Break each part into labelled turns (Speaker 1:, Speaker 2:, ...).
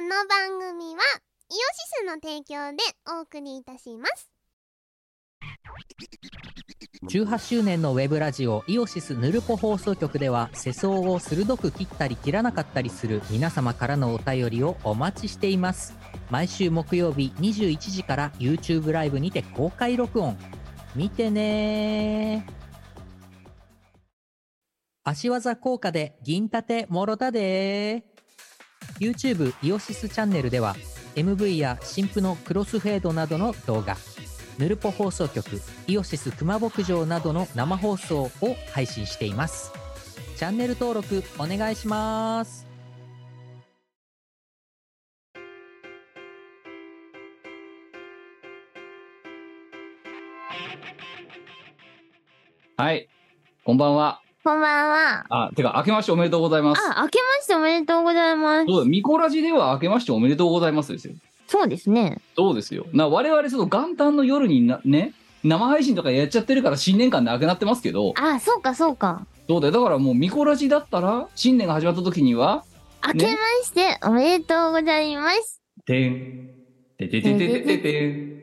Speaker 1: の番組はイオシスの提供でお送りいたします
Speaker 2: 18周年のウェブラジオイオシスヌルポ放送局では世相を鋭く切ったり切らなかったりする皆様からのお便りをお待ちしています毎週木曜日21時から YouTube ライブにて公開録音見てねー足技効果で銀盾もろたでー YouTube イオシスチャンネルでは MV や新婦のクロスフェードなどの動画ヌルポ放送局イオシス熊牧場などの生放送を配信していますチャンネル登録お願いします
Speaker 3: はい。こんばんは。
Speaker 1: こんばんは
Speaker 3: あ、てか、明けましておめでとうございます。
Speaker 1: あ、明けましておめでとうございます
Speaker 3: そうだ、ミコラジでは明けましておめでとうございますですよ。
Speaker 1: そうですね
Speaker 3: そうですよ。な、我々、その元旦の夜にな、ね、生配信とかやっちゃってるから新年間なくなってますけど、
Speaker 1: あ、そうかそうか
Speaker 3: そうだよ。だからもうミコラジだったら、新年が始まった時には、
Speaker 1: 明けましておめでとうございます、
Speaker 3: てん、てててててててん。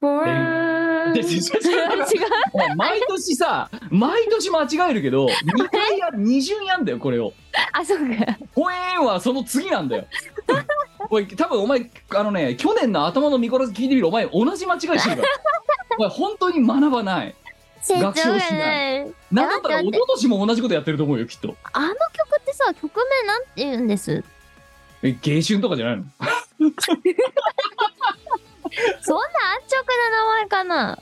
Speaker 1: ぼわーん
Speaker 3: でで ででもう毎年さ、毎年間違えるけど、2回や、二巡やんだよ、これを。
Speaker 1: あ、そうか
Speaker 3: ほえーはその次なんだよ。おい多分お前あのね去年の頭の見殺し聞いてみるお前同じ間違いしてるからお前本当に学ばない
Speaker 1: 成長
Speaker 3: 学習
Speaker 1: が
Speaker 3: をしな
Speaker 1: ない
Speaker 3: なんだったら
Speaker 1: だっ
Speaker 3: 一
Speaker 1: て
Speaker 3: 昨年も同じことやってると思うよきっと
Speaker 1: あの曲ってさ、曲名なんて言うんです
Speaker 3: え芸春とかじゃないの
Speaker 1: そんな安直な名前かな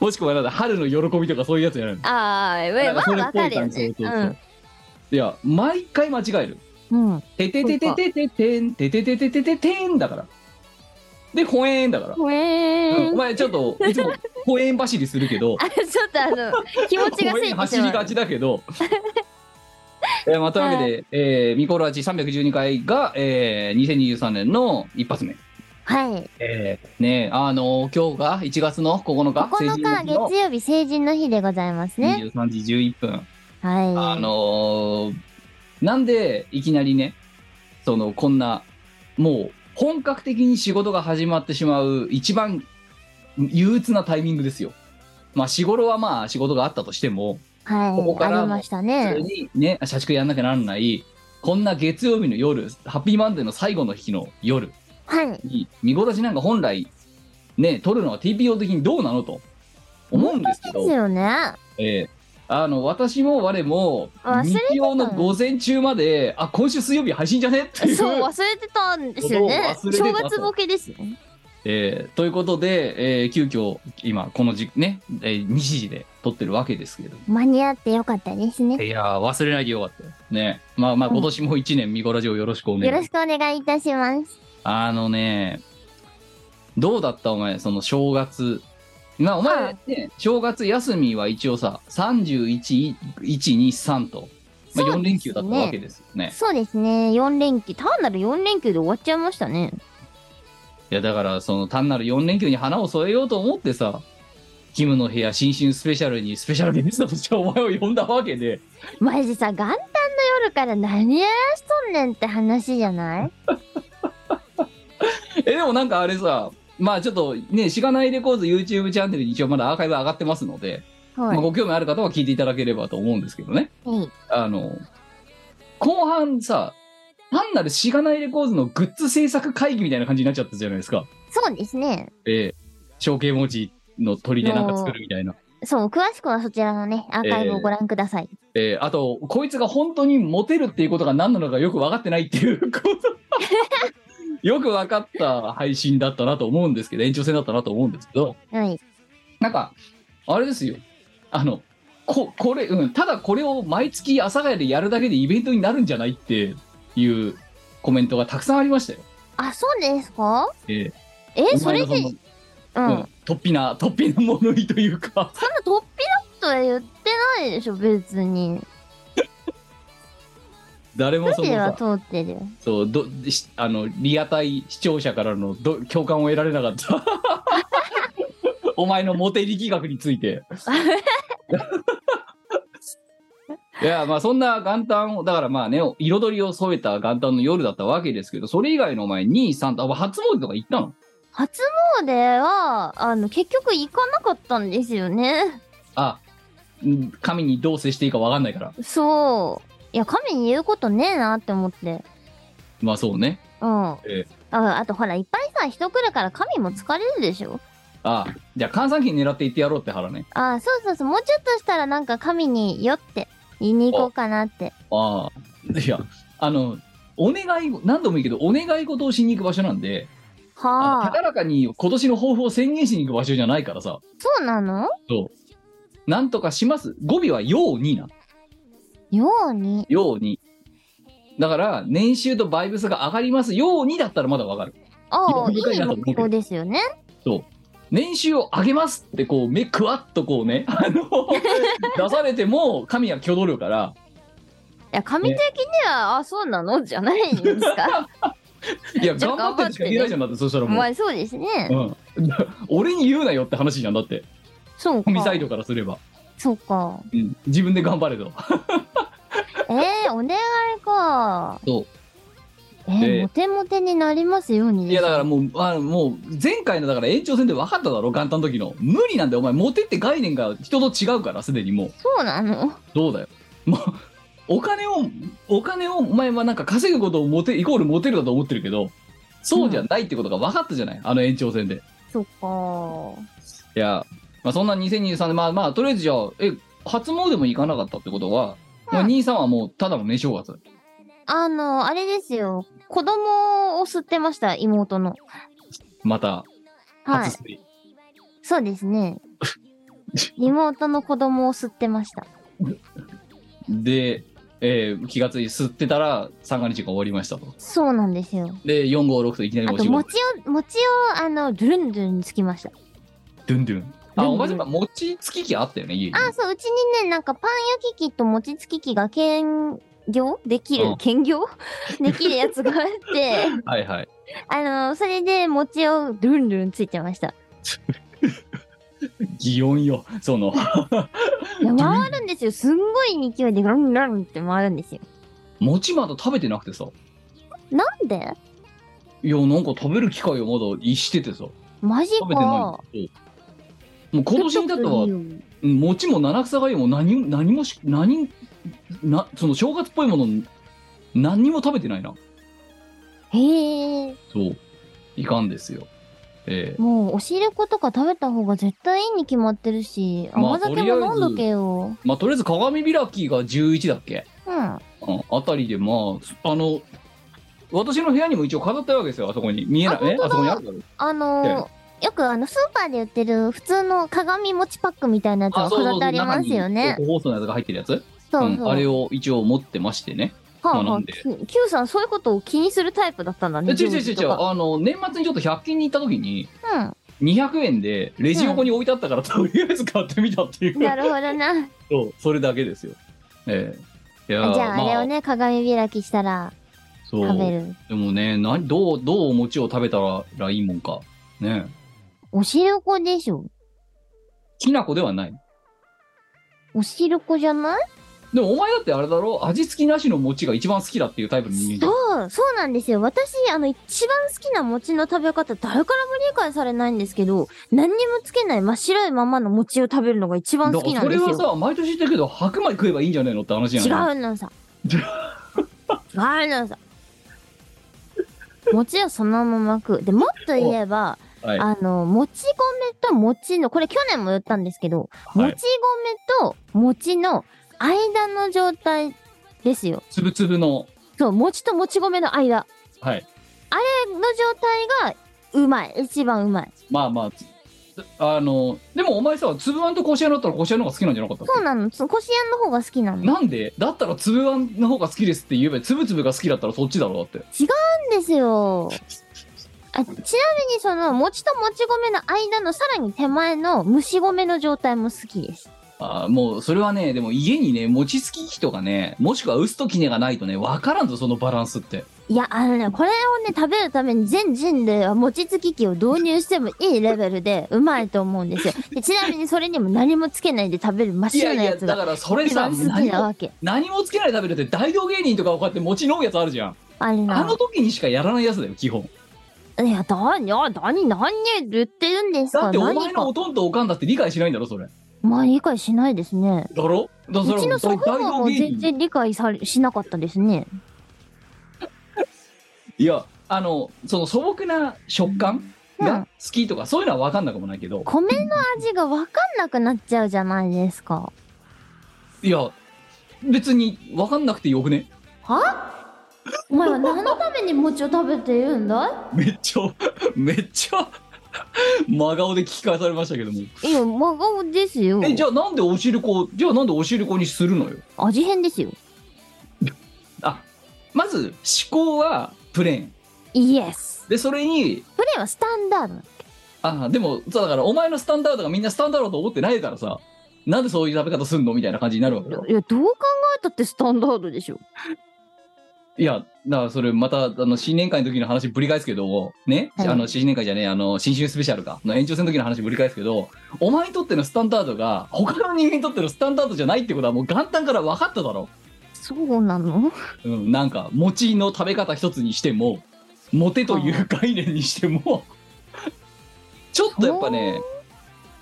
Speaker 3: もしくはなんだ春の喜びとかそういうやつじゃないの
Speaker 1: あー、え
Speaker 3: なん
Speaker 1: ま
Speaker 3: か
Speaker 1: あ
Speaker 3: それっ
Speaker 1: わ
Speaker 3: ぽい
Speaker 1: かるよ
Speaker 3: 感じ
Speaker 1: ね
Speaker 3: そうそうそういや毎回間違える
Speaker 1: うん、うん、
Speaker 3: 「てててててててんてててててててん」だからで「ほえーん」だから、
Speaker 1: ほえ
Speaker 3: う
Speaker 1: ー
Speaker 3: んお前ちょっといつも「ほえーん走り」するけど
Speaker 1: あ ちょっとあの気持ちがせいてしまう
Speaker 3: 走りがちだけ ど。えーまたわけで、えーミコラジ312回が、えー、2023年の一発目。
Speaker 1: はい
Speaker 3: えーねあのー今日が1月の9日、
Speaker 1: 9日
Speaker 3: の
Speaker 1: 月曜日成人の日でございますね
Speaker 3: 23時11分。
Speaker 1: はい
Speaker 3: あのーなんでいきなりね、その、こんな、もう本格的に仕事が始まってしまう一番憂鬱なタイミングですよ。まあ、日頃はまあ仕事があったとしても、
Speaker 1: はい
Speaker 3: ここから
Speaker 1: ありました
Speaker 3: それ
Speaker 1: ね
Speaker 3: にね、社畜やんなきゃならない、こんな月曜日の夜、ハッピーマンデーの最後の日の夜
Speaker 1: はい
Speaker 3: に、見殺しなんか本来、ね、撮るのは TPO 的にどうなのと思うんですけ
Speaker 1: で
Speaker 3: ど
Speaker 1: す、よね
Speaker 3: ええあの私も我も
Speaker 1: 忘れてたの
Speaker 3: 日曜の午前中まであ今週水曜日配信じゃねっていう
Speaker 1: そう忘れてたんですよね
Speaker 3: ことを忘れ
Speaker 1: 正
Speaker 3: てたと
Speaker 1: 月ボケですね
Speaker 3: ええということで、ええ急遽今この時ね、ええ2時で撮ってるわけですけれど
Speaker 1: 間に合ってよかったですね
Speaker 3: いやー忘れないでよかったよねまあまあ今年も1年見殺しをよろしくお願い
Speaker 1: よ
Speaker 3: します
Speaker 1: ろしくお願いいたします
Speaker 3: あのね、どうだったお前、その正月。まあ、お
Speaker 1: は
Speaker 3: 前
Speaker 1: い
Speaker 3: ね、正月休みは一応さ、31、123と、まあ、
Speaker 1: そうですね
Speaker 3: 4連休だったわけですよね。
Speaker 1: そうですね4連休単なる4連休で終わっちゃいましたね
Speaker 3: いや、だから、その単なる4連休に花を添えようと思ってさ、キムの部屋新春スペシャルにスペシャルゲストとしてお前を呼んだわけで、
Speaker 1: マジさ元旦の夜から何やらしとんねんって話じゃない
Speaker 3: え、でもなんかあれさ、まあちょっとね、しがないレコーズ YouTube チャンネルに一応まだアーカイブ上がってますので、
Speaker 1: はい
Speaker 3: まあ、ご興味ある方は聞いていただければと思うんですけどね。
Speaker 1: はい
Speaker 3: あの、後半さ、単なるしがないレコーズのグッズ制作会議みたいな感じになっちゃったじゃないですか。
Speaker 1: そうですね
Speaker 3: ええ象形文字の鳥でなんか作るみたいな。
Speaker 1: そう、詳しくはそちらのね、アーカイブをご覧ください。
Speaker 3: ええあと、こいつが本当にモテるっていうことが何なのかよく分かってないっていうこと。よく分かった配信だったなと思うんですけど、延長戦だったなと思うんですけど、
Speaker 1: はい。
Speaker 3: なんか、あれですよ。あの、ここれ、うん、ただこれを毎月阿佐ヶ谷でやるだけでイベントになるんじゃないっていうコメントがたくさんありましたよ。
Speaker 1: あ、そうですか
Speaker 3: ええ
Speaker 1: え、
Speaker 3: お
Speaker 1: そ
Speaker 3: 前
Speaker 1: れ
Speaker 3: の
Speaker 1: で、うん。
Speaker 3: の
Speaker 1: そん
Speaker 3: う、
Speaker 1: なん
Speaker 3: 突飛な突飛な物言いというか
Speaker 1: 突飛なことは言ってないでしょ、別に。
Speaker 3: 誰もその
Speaker 1: 筋は
Speaker 3: さ
Speaker 1: 通ってるよ。
Speaker 3: そうどしあのリアタイ視聴者からのど共感を得られなかった お前のモテ力学についていや、まあそんな元旦を、だからまあね、彩りを添えた元旦の夜だったわけですけど、それ以外のお前、2、3と、あ、初詣とか行ったの
Speaker 1: 初詣は、あの、結局行かなかったんですよね。
Speaker 3: あ、ん神にどう接していいかわかんないから。
Speaker 1: そう。いや、神に言うことねえなって思って。
Speaker 3: まあそうね。
Speaker 1: うん。
Speaker 3: ええ
Speaker 1: ああとほら、いっぱいさ、人来るから神も疲れるでしょ
Speaker 3: あじゃあ、閑散期狙って行ってやろうって腹ね。
Speaker 1: あそうそうそう、もうちょっとしたらなんか神によって言いに行こうかなって。
Speaker 3: ああ、いや、あの、お願い、何度もいいけど、お願い事をしに行く場所なんで、あの
Speaker 1: はあ、
Speaker 3: 高らかに今年の抱負を宣言しに行く場所じゃないからさ、
Speaker 1: そうなの
Speaker 3: なんとかします。語尾はようにな。
Speaker 1: ように。
Speaker 3: ように。だから、年収とバイブスが上がりますようにだったらまだわかる。
Speaker 1: ああ、い
Speaker 3: いや深い
Speaker 1: い
Speaker 3: なと思うけど
Speaker 1: 目標ですよね。
Speaker 3: 年収を上げますってこう目くわっとこうね あの出されても神は挙動るから
Speaker 1: いや、神的には、あ、そうなのじゃないんですか。
Speaker 3: いや
Speaker 1: じゃあ
Speaker 3: 頑張ってるしか言えないじゃんだ ってそしたらも
Speaker 1: ま
Speaker 3: う、
Speaker 1: あ、そうですね。
Speaker 3: うん、俺に言うなよって話じゃんだって
Speaker 1: そうか
Speaker 3: 神。サイドからすれば、
Speaker 1: そうか。
Speaker 3: うん自分で頑張れと
Speaker 1: えー、お願いか。
Speaker 3: そう
Speaker 1: えー
Speaker 3: で
Speaker 1: モテモテになりますようにです
Speaker 3: いやだからもうあもう前回のだから延長戦で分かっただろ元旦の時の無理なんだよお前モテって概念が人と違うからすでにもう
Speaker 1: そうなの
Speaker 3: どうだよもうお金をお金をお前はなんか稼ぐことをモテイコールモテるだと思ってるけどそうじゃないってことが分かったじゃない、あの延長戦で
Speaker 1: そっか。
Speaker 3: いや、まあ、そんな2023年まあまあとりあえずじゃあえ初詣も行かなかったってことは、まあ、
Speaker 1: うん
Speaker 3: 兄さんはもうただの寝正月
Speaker 1: あの、あれですよ。子供を吸ってました、妹の。
Speaker 3: また
Speaker 1: はい
Speaker 3: 初。睡、
Speaker 1: そうです ね。妹の子供を吸ってました。
Speaker 3: で、えー気がつい吸ってたら三が日が終わりましたと
Speaker 1: そうなんですよ。
Speaker 3: で456といきなり
Speaker 1: あ
Speaker 3: お
Speaker 1: と、
Speaker 3: 仕事
Speaker 1: 餅を、餅を、あの、ドゥルンドゥルンにつきました。
Speaker 3: ドゥンド
Speaker 1: ドゥ
Speaker 3: ゥン
Speaker 1: ンドゥ
Speaker 3: あ
Speaker 1: ン
Speaker 3: お前ちょっと餅つき機あったよね家に
Speaker 1: あ、そう、うちにね、なんかパン焼き器と餅つき器が兼業でき
Speaker 3: うん
Speaker 1: る、兼業 できるやつがあ って、
Speaker 3: はいはい
Speaker 1: あの、それで餅をルンルンついてました。
Speaker 3: 擬音よその
Speaker 1: いや
Speaker 3: ルン
Speaker 1: 回るんですよ。すんごい勢いでルンルンって回るんですよ。
Speaker 3: 餅まだ食べてなくてさ
Speaker 1: なんで
Speaker 3: いやなんか食べる機会をまだ逸しててさ
Speaker 1: マジ
Speaker 3: 食べてな
Speaker 1: か。
Speaker 3: いそうもう今年に至っては
Speaker 1: ちょっといいよ
Speaker 3: うん餅も七草がゆも何も何もし何なその正月っぽいもの何にも食べてないな
Speaker 1: へえ。
Speaker 3: そういかんですよええ
Speaker 1: もう、お汁粉とか食べた方が絶対いいに決まってるし、
Speaker 3: まあ
Speaker 1: 甘酒も飲んどけよ。
Speaker 3: まあとりあえず鏡開きが11だっけ、
Speaker 1: うん。
Speaker 3: うん、あたりでまああの私の部屋にも一応飾ってあるわけですよあそこに見えない
Speaker 1: あ
Speaker 3: え
Speaker 1: 本
Speaker 3: あ
Speaker 1: 当だ
Speaker 3: そこにあるだろ
Speaker 1: あのー、よくあの、スーパーで売ってる普通の鏡餅パックみたいなやつが飾ってありますよね
Speaker 3: 中。に放送のやつが入ってるやつ
Speaker 1: そううんそう。
Speaker 3: あれ
Speaker 1: は
Speaker 3: を一応持ってましてね
Speaker 1: あ
Speaker 3: 学
Speaker 1: は
Speaker 3: ん
Speaker 1: あ、
Speaker 3: で
Speaker 1: Q さんそういうことを気にするタイプだったんだ
Speaker 3: え
Speaker 1: ね。
Speaker 3: 違う違う違
Speaker 1: ジョージ
Speaker 3: う違う
Speaker 1: とか
Speaker 3: あの年末にちょっと100均に行った時に
Speaker 1: うん。
Speaker 3: 200円でレジ横に置いてあったから、とりあえず買ってみたっていう
Speaker 1: なるほどな。
Speaker 3: そうそれだけですよええいやー
Speaker 1: じゃあ、あれを
Speaker 3: まあ、
Speaker 1: ね、鏡開きしたら
Speaker 3: そう
Speaker 1: 食べる。
Speaker 3: でもねなどうどうお餅を食べたらいいもんかね
Speaker 1: お汁粉でしょ
Speaker 3: きな粉ではない
Speaker 1: お汁粉じゃない
Speaker 3: でもお前だってあれだろ味付きなしの餅が一番好きだっていうタイプの人間じゃん
Speaker 1: そう、そうなんですよ。私、あの、一番好きな餅の食べ方、誰からも理解されないんですけど、何にもつけない真っ白いままの餅を食べるのが一番
Speaker 3: だ
Speaker 1: 好
Speaker 3: か
Speaker 1: き
Speaker 3: ら
Speaker 1: なん
Speaker 3: そ
Speaker 1: で
Speaker 3: れ
Speaker 1: す
Speaker 3: は
Speaker 1: よ。
Speaker 3: さ毎年言ってるけど白米食えばいいんじゃねえのって話
Speaker 1: 違
Speaker 3: じゃないう
Speaker 1: のさ。違うのさ。餅はそのまま食う。で、もっと言えば、
Speaker 3: はい
Speaker 1: あの、もち米と餅の、これ去年も言ったんですけど、
Speaker 3: は
Speaker 1: も
Speaker 3: い
Speaker 1: ち米と餅の間の状態ですよ。
Speaker 3: つぶつぶの
Speaker 1: そう、餅ともち米の間
Speaker 3: はい
Speaker 1: の状態がうまい。一番うまい。
Speaker 3: まあまあつあのでもお前さつぶあんとこしあんだったらこしあんの方が好きなんじゃなかったっけ
Speaker 1: そうなの。つこしあんの方が好きなの。なん
Speaker 3: なんでだったらつぶあんの方が好きですって言えばつぶつぶが好きだったらそっちだろだって
Speaker 1: ですよ。あちなみにその餅ともち米の間のさらに手前の蒸し米の状態も好きです。
Speaker 3: あーもうそれはねでも家にね餅つき機とかねもしくは薄ときねがないとね分からんぞそのバランスって
Speaker 1: いいや、あのね、これをね、食べるために全人類は餅つき機を導入してもいいレベルでうまいと思うんですよ。でちなみにそれにも何もつけないで食べる真っ
Speaker 3: いや
Speaker 1: 白
Speaker 3: い
Speaker 1: な
Speaker 3: や
Speaker 1: やつ
Speaker 3: だ
Speaker 1: が
Speaker 3: からそれ
Speaker 1: 一
Speaker 3: さ
Speaker 1: 番好き
Speaker 3: 何
Speaker 1: な
Speaker 3: も
Speaker 1: わけ。
Speaker 3: 何もつけないで食べるって大道芸人とかこうやって餅飲むやつあるじゃん
Speaker 1: あれ
Speaker 3: あ
Speaker 1: な
Speaker 3: の。時にしかやらないやつだよ基本
Speaker 1: いや、だに、あ、だに、何言ってるんです
Speaker 3: だ
Speaker 1: か
Speaker 3: ってお前
Speaker 1: 何
Speaker 3: の
Speaker 1: か
Speaker 3: お。とんとおかんだって理解しないんだろそれ
Speaker 1: まあ、理解しないですね。
Speaker 3: だろだから
Speaker 1: うちの
Speaker 3: そ
Speaker 1: 祖
Speaker 3: れ
Speaker 1: 父母
Speaker 3: 大道
Speaker 1: も
Speaker 3: 芸
Speaker 1: 全
Speaker 3: 人
Speaker 1: 然理解されしなかったですね。
Speaker 3: いやあのその素朴な食感
Speaker 1: う
Speaker 3: が
Speaker 1: ん
Speaker 3: 好きとかそういうのは分かんなくもないけど
Speaker 1: 米の味が分かんなくなっちゃうじゃないですか。
Speaker 3: いや別に分かんなくてよくね
Speaker 1: はお前は何のために餅を食べているんだ
Speaker 3: めっちゃめっちゃ真顔で聞き返されましたけども
Speaker 1: いいや、真顔ですよ。
Speaker 3: えじゃあなんでおしるこじゃあなんでおしるこにするのよ
Speaker 1: 味変ですよ。
Speaker 3: あまず思考はプレーン
Speaker 1: イエス。
Speaker 3: でそれに
Speaker 1: プレーンはスタンダード。
Speaker 3: あでもそうだからお前のスタンダードがみんなスタンダードと思ってないからさなんでそういう食べ方すんのみたいな感じになるわけよ
Speaker 1: いや、どう考えたってスタンダードでしょ。
Speaker 3: いやだからそれまたあの新年会の時の話ぶり返すけどね、
Speaker 1: はい
Speaker 3: あの新年会じゃねえあの新春スペシャルかの延長戦の時の話ぶり返すけどお前にとってのスタンダードが他の人間にとってのスタンダードじゃないってことはもう元旦から分かっただろ
Speaker 1: そうなの
Speaker 3: うん、なんか餅の食べ方一つにしてもモテという概念にしてもちょっとやっぱね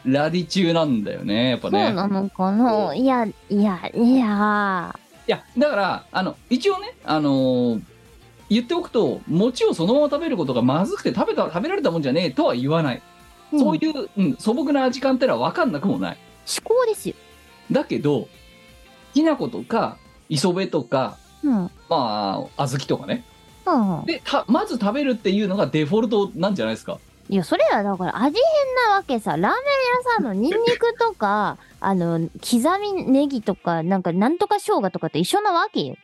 Speaker 3: ラディ中なんだよねやっぱ
Speaker 1: そう
Speaker 3: ね
Speaker 1: なのかないや、いや、いや。
Speaker 3: いやだからあの一応ねあのー言っておくと餅をそのまま食べることがまずくて食べた食べられたもんじゃねえとは言わない、そ
Speaker 1: うん
Speaker 3: ういう、うん、素朴な味感ってのは分かんなくもない
Speaker 1: 思考ですよ。
Speaker 3: だけどきな粉とか磯辺とか
Speaker 1: うん。うん。
Speaker 3: まあ小豆とかねでたまず食べるっていうのがデフォルトなんじゃないですか
Speaker 1: いや、それはだから味変なわけさ。ラーメン屋さんのニンニクと か、あの、刻みネギとか、なんか、なんとか生姜とかと一緒なわけよ。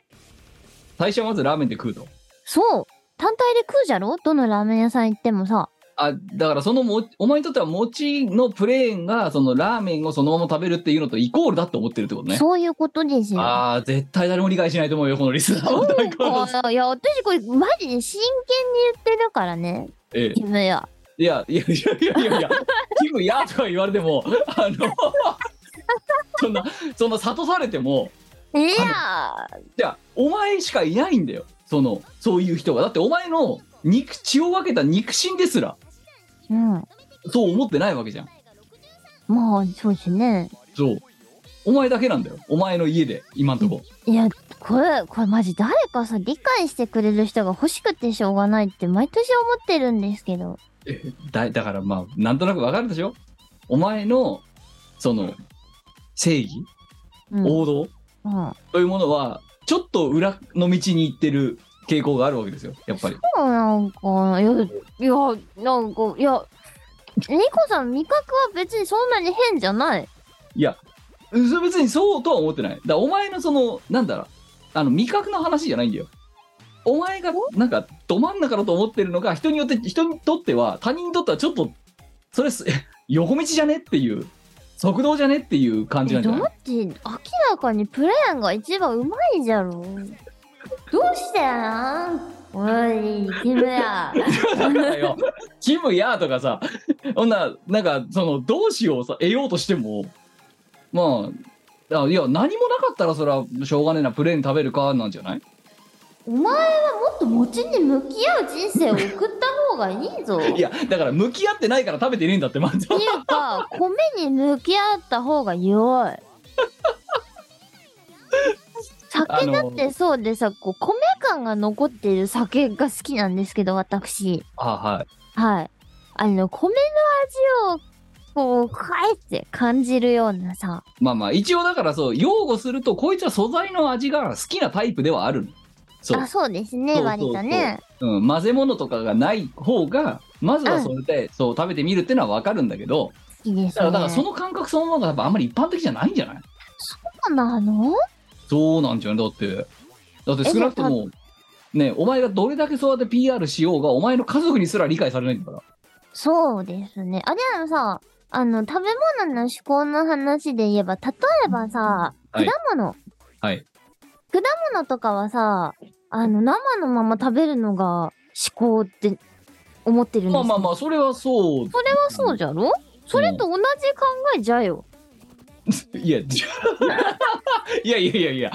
Speaker 3: 最初はまずラーメンで食うと
Speaker 1: そう。単体で食うじゃろどのラーメン屋さん行ってもさ。
Speaker 3: あだからそのもお前にとっては餅のプレーンがそのラーメンをそのまま食べるっていうのとイコールだって思ってるってことね
Speaker 1: そういうことですよ。
Speaker 3: ああ絶対誰も理解しないと思うよこのリスナー
Speaker 1: そ
Speaker 3: の
Speaker 1: う
Speaker 3: 大根の
Speaker 1: かいや、私これ、マジで真剣に言ってるからね。
Speaker 3: ええ
Speaker 1: 自分や。
Speaker 3: いやいやいやいやいやいや「キムや」とか言われてもあのそんなそんな諭されても
Speaker 1: いや
Speaker 3: じゃあお前しかいないんだよそのそういう人がだってお前の肉血を分けた肉親ですら
Speaker 1: ーうん。
Speaker 3: そう思ってないわけじゃん
Speaker 1: まあ、そうですね。
Speaker 3: そうお前だけなんだよお前の家で今んとこ
Speaker 1: いや、これ、これマジ誰かさ、理解してくれる人が欲しくてしょうがないって毎年思ってるんですけど。
Speaker 3: だだからまあなんとなくわかるでしょお前のその正義、
Speaker 1: うん。
Speaker 3: 王道
Speaker 1: うん
Speaker 3: というものはちょっと裏の道に行ってる傾向があるわけですよやっぱり
Speaker 1: そうなんかな、いや、いや、なんか、いや、ニコさん味覚は別にそんなに変じゃない。
Speaker 3: いやうそ別にそうとは思ってないだからお前のそのなんだろうあの味覚の話じゃないんだよお前がなんかど真ん中だと思ってるのが人によって人にとっては他人にとってはちょっとそれす 横道じゃねっていう速道じゃねっていう感じなんじゃない
Speaker 1: だって、明らかにプレーンが一番うまいじゃろ。どうしてなんおい、キム や。
Speaker 3: だからよ、キムやとかさ、そんな、なんか、その、同志をさ、得ようとしても、まあ、あいや、何もなかったら、それは、しょうがねえな、プレーン食べるか、なんじゃない
Speaker 1: お前はもっと餅に向き合う人生を送った方がいいぞ。
Speaker 3: いや、だから、向き合ってないから食べてねえんだって、まず
Speaker 1: って。いうか、米に向き合った方が良い。 酒だってそうでさ、こう米感が残っている酒が好きなんですけど、私。
Speaker 3: あはい。
Speaker 1: はい。あの、米の味を、こう、かえって感じるようなさ。
Speaker 3: まあまあ、一応、だから、そう、擁護すると、こいつは素材の味が好きなタイプではあるのそう
Speaker 1: あ、。そうですね、
Speaker 3: そうそう
Speaker 1: 割
Speaker 3: そう
Speaker 1: とね。
Speaker 3: うん、混ぜ物とかがない方が、まずはそれで、そう、食べてみるってのはわかるんだけど、
Speaker 1: 好きです
Speaker 3: だから、
Speaker 1: ね。
Speaker 3: だからその感覚そのものが、やっぱあんまり一般的じゃないんじゃない
Speaker 1: そうなの
Speaker 3: そうなんじゃんだってだって
Speaker 1: え
Speaker 3: 少なくともねお前がどれだけそうやって PR しようがお前の家族にすら理解されないんだから
Speaker 1: そうですね。あ、でもさ、あの、食べ物の思考の話で言えば、例えばさ、
Speaker 3: は
Speaker 1: 果
Speaker 3: い
Speaker 1: 物。
Speaker 3: はい
Speaker 1: 果物とかはさ、あの、生のまま食べるのが至高って思ってるんです
Speaker 3: ま
Speaker 1: よ
Speaker 3: あまあまあ、それはそう。
Speaker 1: それはそうじゃろそれと同じ考えじゃよ。
Speaker 3: いや、じゃ いやいやいやいや、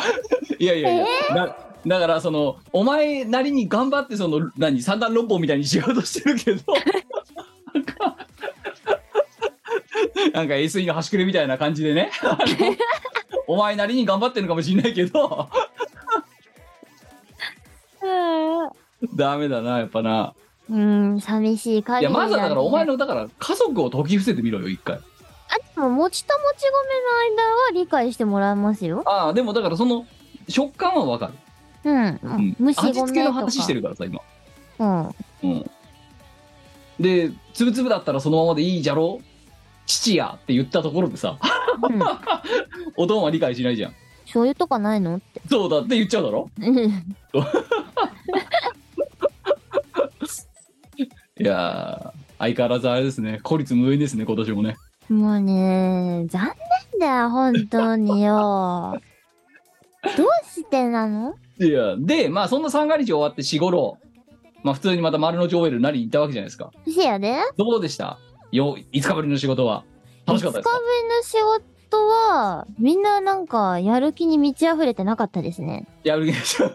Speaker 3: いやいやいや、だだから、その、お前なりに頑張って、その、何、三段論法みたいに仕事してるけど、 なんか、なんか SE の端くれみたいな感じでね、あのお前なりに頑張ってるのかもしれないけど、ダメだな、やっぱな。
Speaker 1: うん、寂しい限
Speaker 3: い
Speaker 1: り
Speaker 3: や、まずはだから、お前
Speaker 1: の。
Speaker 3: の、だから、家族を解き伏せてみろよ、一回。
Speaker 1: あ、でも、餅ともち米の間は理解してもらえますよ。
Speaker 3: ああ、でも、だから、その、食感はわかる。
Speaker 1: うん
Speaker 3: う。
Speaker 1: 蒸し米
Speaker 3: 味
Speaker 1: とか。
Speaker 3: 付けの話してるからさ、今。
Speaker 1: うん。
Speaker 3: うん、で「つぶつぶだったらそのままでいいじゃろ父や」って言ったところでさ
Speaker 1: うん。
Speaker 3: おとんは理解しないじゃん
Speaker 1: 醤油とかないのって。
Speaker 3: そうだって言っちゃうだろ
Speaker 1: うん
Speaker 3: いやー相変わらずあれですね孤立無縁ですね今年もね
Speaker 1: もうね、残念だよ、本当によ。どうしてなの
Speaker 3: いやでまあそんな三が日終わって4頃まあ普通にまた丸の内 OL なりに行ったわけじゃないですか
Speaker 1: せやで。
Speaker 3: どうでしたよ5日ぶりの仕事は楽しかったです
Speaker 1: 5
Speaker 3: か
Speaker 1: 日分の仕事は、みんななんか、やる気に満ち溢れてなかったですね。
Speaker 3: やる気で しょ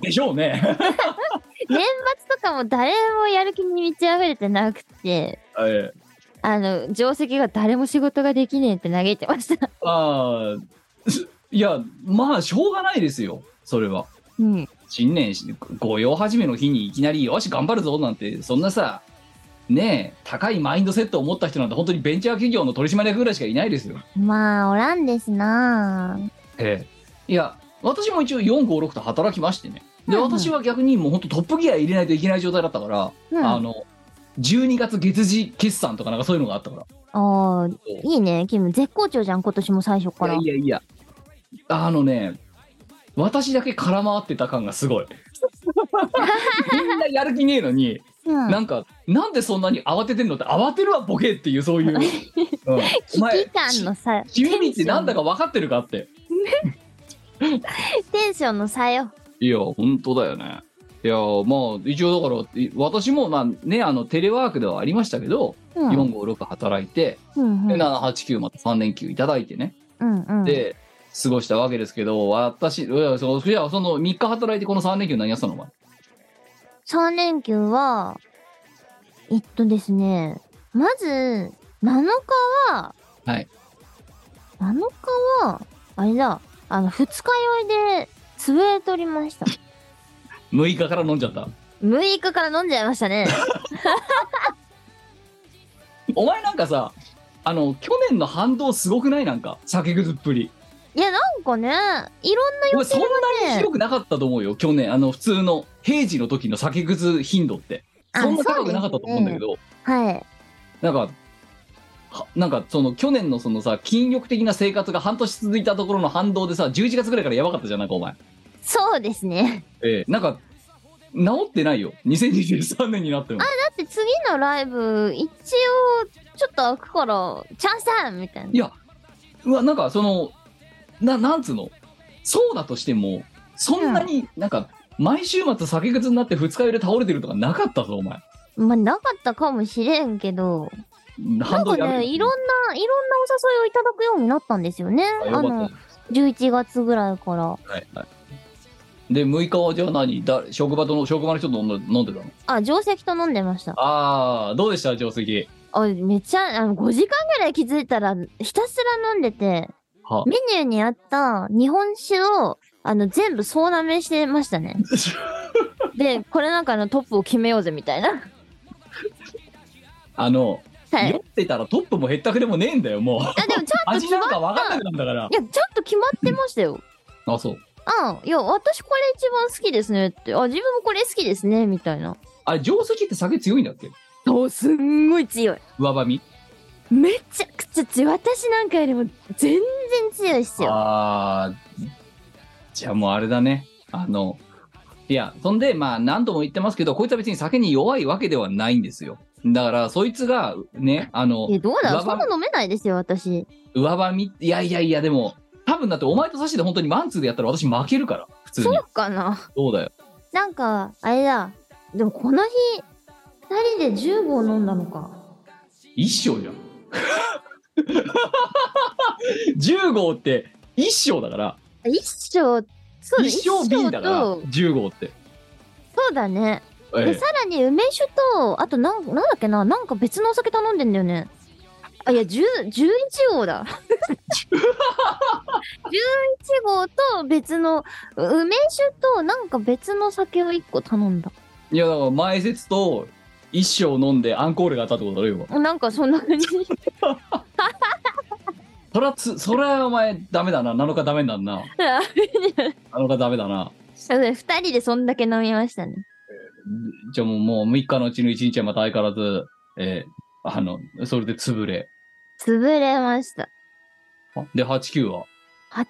Speaker 3: でしょうね
Speaker 1: 年末とかも誰もやる気に満ち溢れてなくて、
Speaker 3: ええ
Speaker 1: あの、定石が誰も仕事ができねえって嘆いてました。
Speaker 3: ああいやまあしょうがないですよそれは
Speaker 1: うん。
Speaker 3: 新年し御用始めの日にいきなりよし頑張るぞなんてそんなさねえ高いマインドセットを持った人なんて本当にベンチャー企業の取締役ぐらいしかいないですよ。
Speaker 1: まあ、おらんですなぁ。
Speaker 3: ええ、いや私も一応456と働きましてねで
Speaker 1: うんうん
Speaker 3: 私は逆にもう本当トップギア入れないといけない状態だったから、
Speaker 1: うん。
Speaker 3: あ
Speaker 1: あ
Speaker 3: の12月月次決算とかなんかそういうのがあったから
Speaker 1: あー、
Speaker 3: そう
Speaker 1: いいね、キム。絶好調じゃん、今年も最初から。
Speaker 3: いやいやいやあのね私だけ空回ってた感がすごいみんなやる気ねえのに
Speaker 1: うん。
Speaker 3: なんか、なんでそんなに慌ててんのって、慌てるわ、ボケってい う、そういう。うん、お前
Speaker 1: 危機感のさ、
Speaker 3: し君ってなんだ
Speaker 1: か
Speaker 3: か分かってるかって。
Speaker 1: テンションの差よ。
Speaker 3: いや、本当だよね。いや、まあ、一応だから、い私も、まあね、あの、テレワークではありましたけど、
Speaker 1: うん。
Speaker 3: 4、5、6働いて、
Speaker 1: うん、う
Speaker 3: で
Speaker 1: ん。
Speaker 3: 7、8、9、また3連休いただいてね、
Speaker 1: うん、うん。
Speaker 3: で、過ごしたわけですけど、私、いや、そいやその3日働いて、この3連休何やってたのお前。
Speaker 1: 3連休は、えっとですね、まず、7日は、
Speaker 3: はい。
Speaker 1: 7日は、あれだ、あの、二日酔いで、潰れておりま した。
Speaker 3: 6日から飲んじゃった。
Speaker 1: 6日から飲んじゃいました ね。
Speaker 3: お前なんかさ、あの、去年の反動すごくないなんか、酒ぐずっぷり。
Speaker 1: いや、なんかね、いろんな
Speaker 3: 俺
Speaker 1: 予
Speaker 3: そん
Speaker 1: 定
Speaker 3: な
Speaker 1: が
Speaker 3: に
Speaker 1: ね
Speaker 3: 広、くなかったと思うよ去年あの普通の平時の時の酒くず頻度って
Speaker 1: あ
Speaker 3: そんな高くなかったと思うんだけど、
Speaker 1: はい。
Speaker 3: なんかはなんかその去年のそのさ禁欲的な生活が半年続いたところの反動でさ11月ぐらいからやばかったじゃんなんかお前、
Speaker 1: そうですね。
Speaker 3: ええなんか治ってないよ2023年になっても
Speaker 1: だって次のライブ、一応、ちょっと開くから、チャンスだみたい
Speaker 3: い
Speaker 1: な。
Speaker 3: やうわなんかそのななんつうのそうだとしてもそんなになんか、毎週末酒くずになって二日酔いで倒れてるとかなかったぞお前
Speaker 1: まあ、なかったかもしれんけど、な
Speaker 3: 反
Speaker 1: ん
Speaker 3: 動
Speaker 1: か
Speaker 3: やめ
Speaker 1: ね、
Speaker 3: る
Speaker 1: いろんな、いろんなお誘いをいただくようになったんですよね。
Speaker 3: あよか
Speaker 1: あ
Speaker 3: った
Speaker 1: の、11月ぐらいから。
Speaker 3: はいはい。で、6日はじゃあ何だ職場との、職場の人と飲んで飲んでたの
Speaker 1: あ、定石と飲んでました。
Speaker 3: ああ、どうでした定石。
Speaker 1: あ、めっちゃ、あの、5時間ぐらい気づいたら、ひたすら飲んでて、
Speaker 3: は
Speaker 1: メニューにあった日本酒を、あの、全部総なめしてましたね。 で、これなんかのトップを決めようぜみたいな。
Speaker 3: あの、
Speaker 1: はい。い
Speaker 3: 酔ってたらトップもへったくれもねえんだよ、もう。
Speaker 1: や、で もちゃんと
Speaker 3: 味
Speaker 1: 決ま
Speaker 3: なん
Speaker 1: っ
Speaker 3: か分かんなくなるんだから
Speaker 1: い。や、ちゃんと決まってましたよ。
Speaker 3: あ、そう。
Speaker 1: うん。いや、私これ一番好きですねって。あ、自分もこれ好きですね、みたいな。
Speaker 3: あれ、定石って酒強いんだっけ
Speaker 1: お、すんごい強い。
Speaker 3: 上ばみ。
Speaker 1: めちゃくちゃ強い。私なんかよりも全然強いっすよ。
Speaker 3: ああ、じゃあもうあれだね。あの、いや、そんで、まあ何度も言ってますけど、こいつは別に酒に弱いわけではないんですよ。だから、そいつが、ね、あの、
Speaker 1: え、どうだろ
Speaker 3: ラ
Speaker 1: う
Speaker 3: バ
Speaker 1: そ
Speaker 3: ー
Speaker 1: んな飲めないですよ、私。
Speaker 3: 上場みいやいやいやでも多分だってお前とサシで本当にマンツーでやったら私負けるから普通
Speaker 1: そ
Speaker 3: に
Speaker 1: うかな
Speaker 3: そうだよ
Speaker 1: なんかあれだでもこの日二人で10合飲んだのか
Speaker 3: 一升じゃん 10号って一升だから
Speaker 1: 一生そうだ
Speaker 3: 一升瓶だから
Speaker 1: 一升と
Speaker 3: 10号って、
Speaker 1: そうだね
Speaker 3: え
Speaker 1: で
Speaker 3: え
Speaker 1: さらに梅酒とあとなんなんだっけななんか別のお酒頼んでんだよねあいや10 11号だ11号と別のう梅酒となんか別の酒を1個頼んだ
Speaker 3: いやだから前説と一升飲んでアンコールがあったってことだろよ
Speaker 1: なんかそんな感じ
Speaker 3: そらつそらお前ダメだな7日ダメなんだな7日ダメだな
Speaker 1: 2人でそんだけ飲みましたね
Speaker 3: じゃあもうもう6日のうちの1日はまた相変わらず、えーあのそれで潰れ
Speaker 1: 潰れました
Speaker 3: あで89は
Speaker 1: 89は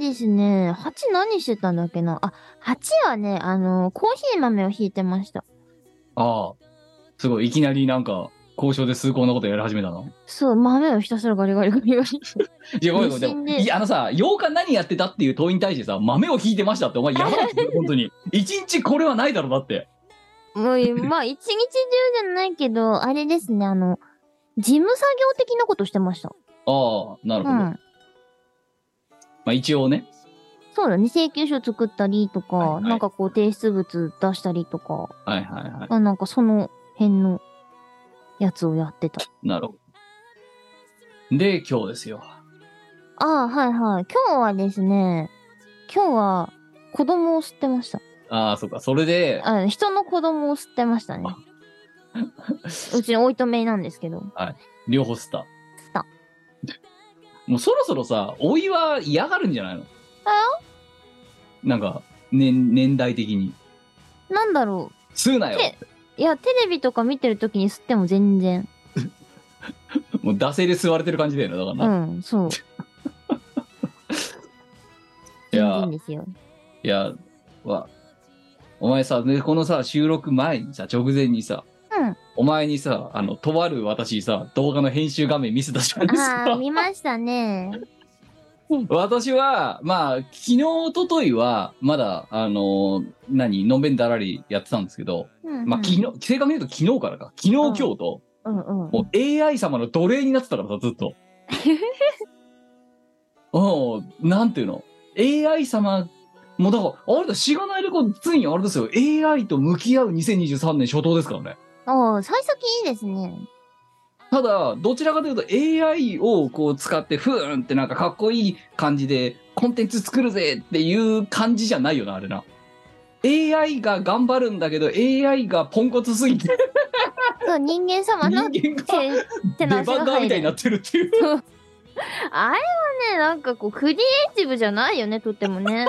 Speaker 1: ですね8何してたんだっけなあ8はねあのコーヒー豆をひいてました
Speaker 3: ああすごいいきなりなんか交渉で崇高なことやり始めたの
Speaker 1: そう豆をひたすらガリガリガリガリ
Speaker 3: いやごめんごめんで
Speaker 1: 無心
Speaker 3: も
Speaker 1: で
Speaker 3: いやあのさ8日何やってたっていう問いに対してさ豆を引いてましたってお前やばいって本当に1日これはないだろだって
Speaker 1: もう、 まあ、一日中じゃないけど、あれですね、あの、事務作業的なことしてました。
Speaker 3: ああなる
Speaker 1: う
Speaker 3: ほど、ま
Speaker 1: ん。
Speaker 3: あ一応ね
Speaker 1: そうだね、請求書作ったりとか、
Speaker 3: はいはい
Speaker 1: なんかこう、提出物出したりとか、
Speaker 3: はいはいは
Speaker 1: あなんかその辺のやつをやってた。
Speaker 3: いなるほどで今日ですよ
Speaker 1: ああ、はいはい。今日はですね、今日は子供を吸ってました。
Speaker 3: ああそっかそれで
Speaker 1: あ人の子供を吸ってましたね。 うちのおいとめなんですけど。
Speaker 3: 両方スター
Speaker 1: 吸った。
Speaker 3: もうそろそろさおいは嫌がるんじゃないの
Speaker 1: あ
Speaker 3: なんか、ね、年代的に
Speaker 1: なんだろ
Speaker 3: 吸うなよ
Speaker 1: えう。いや、テレビとか見てるときに吸っても全然。
Speaker 3: もう惰性で吸われてる感じだよなだから
Speaker 1: う
Speaker 3: な、
Speaker 1: ん、そう。
Speaker 3: い
Speaker 1: 全
Speaker 3: や
Speaker 1: 然ですよ。
Speaker 3: いや、わ、お前さ、ね、このさ、収録前にさ、直前にさ、
Speaker 1: うん。
Speaker 3: お前にさ、あの、とある私にさ、動画の編集画面見せたじゃないです
Speaker 1: あ あ、
Speaker 3: か。
Speaker 1: 見ましたね。
Speaker 3: 私は、まあ、昨日、一昨日は、まだ、あのー何、のんべんだらりやってたんですけど、
Speaker 1: うんうん
Speaker 3: まあ、昨日、正確に言うと昨日からか、昨日、今日と、
Speaker 1: うんうん。
Speaker 3: もう AI 様の奴隷になってたからさ、ずっと。 うん、なんていうの ?AI 様、もうだから、あれだ、しがないでこう、ついにあれですよ、AI と向き合う2023年初頭ですからね。
Speaker 1: おー、最先いいですね。
Speaker 3: ただ、どちらかというと AI をこう使って、ふーんってなんかかっこいい感じで、コンテンツ作るぜっていう感じじゃないよな、あれな。AI が頑張るんだけど、AI がポンコツす ぎて、
Speaker 1: そう、人間様の手
Speaker 3: 人間が
Speaker 1: 手
Speaker 3: デバ
Speaker 1: の
Speaker 3: ッ
Speaker 1: 足が
Speaker 3: ガー
Speaker 1: 入
Speaker 3: みたいになっ
Speaker 1: る。
Speaker 3: てるっていう。
Speaker 1: あれはね、なんかこう、クリエイティブじゃないよね、とってもね。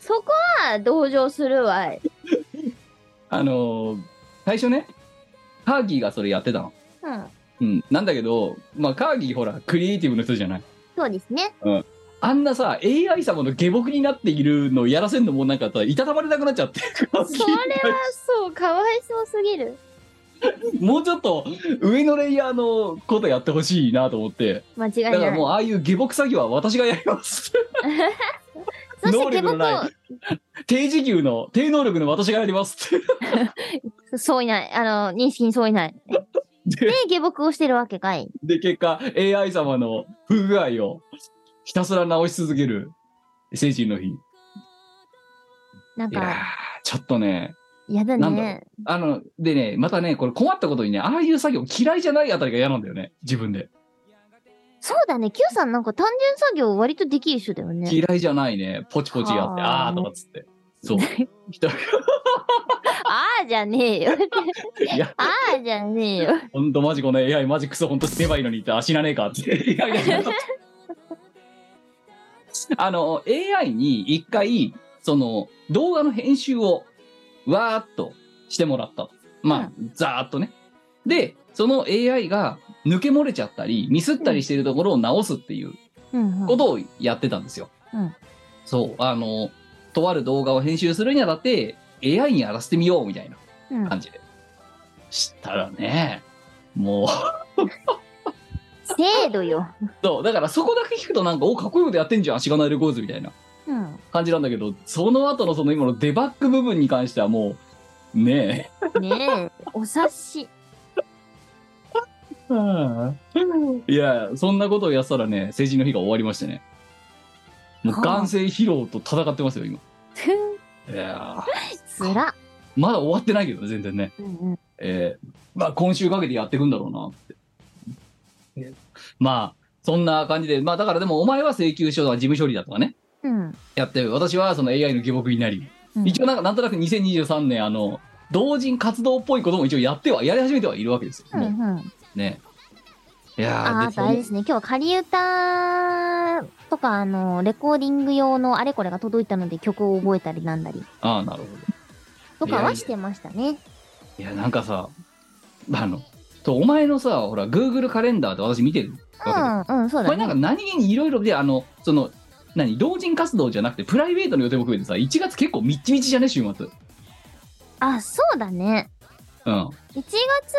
Speaker 1: そこは同情するわい。
Speaker 3: あのー最初ね、カーギーがそれやってたの。
Speaker 1: うん。
Speaker 3: うん。なんだけど、まあ、カーギーほら、クリエイティブの人じゃない。
Speaker 1: そうですね。
Speaker 3: あんなさ、AI 様の下僕になっているのをやらせんのもなんかさ、いたたまれなくなっちゃって。カーギー
Speaker 1: それはそう、かわいそうすぎる。
Speaker 3: もうちょっと上のレイヤーのことやってほしいなと思って。
Speaker 1: 間違い
Speaker 3: だから
Speaker 1: ない。
Speaker 3: もう、ああいう下僕作業は私がやります。
Speaker 1: そし
Speaker 3: 能
Speaker 1: て下
Speaker 3: 力の
Speaker 1: 僕
Speaker 3: ない低時給の、低能力の私がやりますって。
Speaker 1: そういない。あの、認識にそういない。で
Speaker 3: で、
Speaker 1: 下僕をしてるわけかい。
Speaker 3: で、結果、AI 様の不具合をひたすら直し続ける、成人の日。
Speaker 1: なん
Speaker 3: いやー
Speaker 1: か、
Speaker 3: ちょっとね、
Speaker 1: やだ
Speaker 3: なんだろ
Speaker 1: ね。
Speaker 3: あの、でね、またね、これ困ったことにね、ああいう作業嫌いじゃないあたりが嫌なんだよね、自分で。
Speaker 1: そうだね、Q さんなんか単純作業割とできる人だよね。
Speaker 3: 嫌いじゃないね、ポチポチやって、
Speaker 1: はあ
Speaker 3: あーとかっつって。 そう。人が
Speaker 1: ああじゃねえよ。
Speaker 3: いや、
Speaker 1: ああじゃねえよ。
Speaker 3: ほんとマジこの AI マジクソほんとすればいいのにって、あ、死なねえかって。いやいや あの、AI に一回、その、動画の編集を、わーっとしてもらった。まあ、ざーっとね。で、その AI が抜け漏れちゃったり、ミスったりしてるところを直すっていう
Speaker 1: うんうん
Speaker 3: ことをやってたんですよ。
Speaker 1: うん
Speaker 3: そう、あの、とある動画を編集するにあたって、AI にやらせてみようみたいな
Speaker 1: うん
Speaker 3: 感じで。したらね、もう、
Speaker 1: 制度よ。
Speaker 3: そうだからそこだけ聞くとなんかおかっこいいことやってんじゃんしがないレコーズみたいな
Speaker 1: うん。
Speaker 3: 感じなんだけどその後のその今のデバッグ部分に関してはもうね
Speaker 1: ねえ、お察し。
Speaker 3: えいやそんなことをやってたらね成人の日が終わりましてねもう眼性疲労と戦ってますよ今
Speaker 1: ふん
Speaker 3: いや
Speaker 1: つら。
Speaker 3: ーまだ終わってないけどね全然ね
Speaker 1: うんうん。
Speaker 3: えーまあ今週かけてやっていくんだろうなって。まあ、そんな感じで、まあだからでもお前は請求書とか事務処理だとかね、
Speaker 1: うん
Speaker 3: やってる。私はその AI の下僕になり、
Speaker 1: うん。
Speaker 3: 一応なんかなんとなく2023年、あの、同人活動っぽいことも一応やっては、やり始めてはいるわけですよ。
Speaker 1: うん
Speaker 3: も
Speaker 1: うん。
Speaker 3: うね。いやー
Speaker 1: あーあ
Speaker 3: でそ
Speaker 1: と
Speaker 3: の
Speaker 1: あれですね、今日は仮歌とか、あの、レコーディング用のあれこれが届いたので曲を覚えたりなんだり
Speaker 3: あーなるほど。
Speaker 1: とかはしてましたね。
Speaker 3: いや、なんかさ、あの、とお前のさ、ほら、Google カレンダーって私見てるわけですよ
Speaker 1: うんうん、そうだ
Speaker 3: これなんか
Speaker 1: ね。
Speaker 3: 何気にいろいろであのその何同人活動じゃなくてプライベートの予定も含めてさ1月結構みっちみちじゃね週末
Speaker 1: あ、そうだね。
Speaker 3: うん
Speaker 1: 1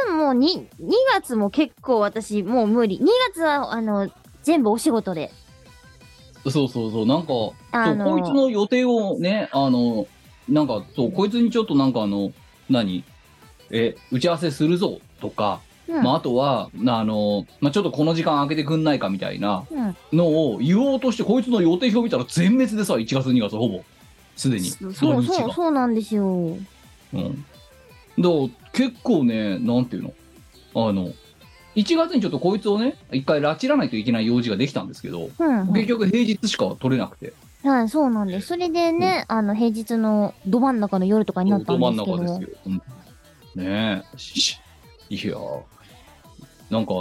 Speaker 1: 月もに2月も結構私もう無理。2月は、あの、全部お仕事で。
Speaker 3: そうそうそうなんかそう
Speaker 1: あの
Speaker 3: こいつの予定をねあのなんかそうこいつにちょっとなんかあの何え打ち合わせするぞとか、
Speaker 1: うん。
Speaker 3: まあ、あとはあの、まあ、ちょっとこの時間空けてくんないかみたいな
Speaker 1: うん、
Speaker 3: のを言おうとしてこいつの予定表見たら全滅でさ1月2月ほぼすでに
Speaker 1: そうそう
Speaker 3: 土日
Speaker 1: そう
Speaker 3: が
Speaker 1: そうなんですよ。
Speaker 3: うん、だから結構ねなんていうのあの1月にちょっとこいつをね一回拉致らないといけない用事ができたんですけど
Speaker 1: うん、うん
Speaker 3: 結局平日しか取れなくて
Speaker 1: はい、そうなんです。それでね、あの、平日のど真ん中の夜とかになった
Speaker 3: ど
Speaker 1: んで
Speaker 3: 真
Speaker 1: す
Speaker 3: ん
Speaker 1: けど。
Speaker 3: 中ですよ、うんねえしいやーなんか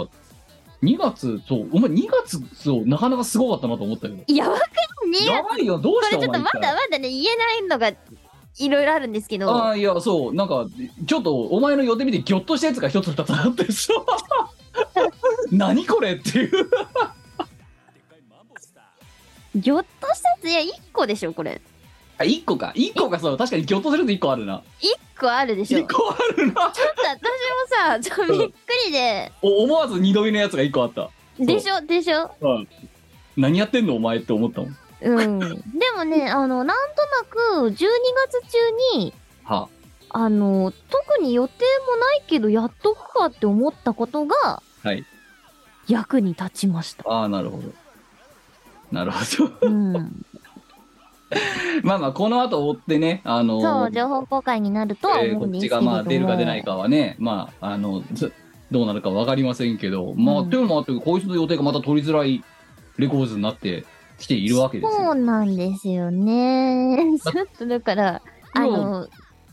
Speaker 3: 2月そうお前2月そうなかなかすごかったなと思ったけど
Speaker 1: やばくね
Speaker 3: やばいよどう
Speaker 1: こ
Speaker 3: し
Speaker 1: れ
Speaker 3: たお
Speaker 1: ちょっと
Speaker 3: 前
Speaker 1: ま
Speaker 3: 一
Speaker 1: だ
Speaker 3: 体
Speaker 1: まだね、言えないのが、いろいろあるんですけど。
Speaker 3: ああいやそうなんかちょっとお前の予定見てぎょっとしたやつが一つ二つあってさ 何これっていう
Speaker 1: ぎょっとしたやつ、いや、1個でしょ、これ。
Speaker 3: あ、1個か。1個がそう、確かにぎょっとすると1個あるな。
Speaker 1: 1個あるでしょ。ち
Speaker 3: 1
Speaker 1: ょっと
Speaker 3: 個あるな。
Speaker 1: 私もさ、ちょっとびっくりで、
Speaker 3: お思わず2度目のやつが1個あった。
Speaker 1: でしょ、でしょ。
Speaker 3: うん。何やってんのお前って思ったもん。
Speaker 1: うん。でも ね、あの、なんとなく、12月中に、
Speaker 3: は
Speaker 1: あの、特に予定もないけど、やっとくかって思ったことが、
Speaker 3: はい。
Speaker 1: 役に立ちました。
Speaker 3: ああ、なるほど。なるほど。
Speaker 1: うん。
Speaker 3: まあまあ、この後追ってね、あの
Speaker 1: そう、情報公開になるとは
Speaker 3: えー
Speaker 1: 思
Speaker 3: こ
Speaker 1: うん
Speaker 3: っ
Speaker 1: です
Speaker 3: ち
Speaker 1: けれ
Speaker 3: が
Speaker 1: ども。
Speaker 3: まあ出るか出ない。かはね、まあ、あの、ずどうなるかわかりませんけど、まあ、
Speaker 1: うん
Speaker 3: というのもあって、こいつの予定がまた取りづらいレコーズになってきているわけです
Speaker 1: そ
Speaker 3: よ。
Speaker 1: うなんですよ ね。ちょっとだから、あの、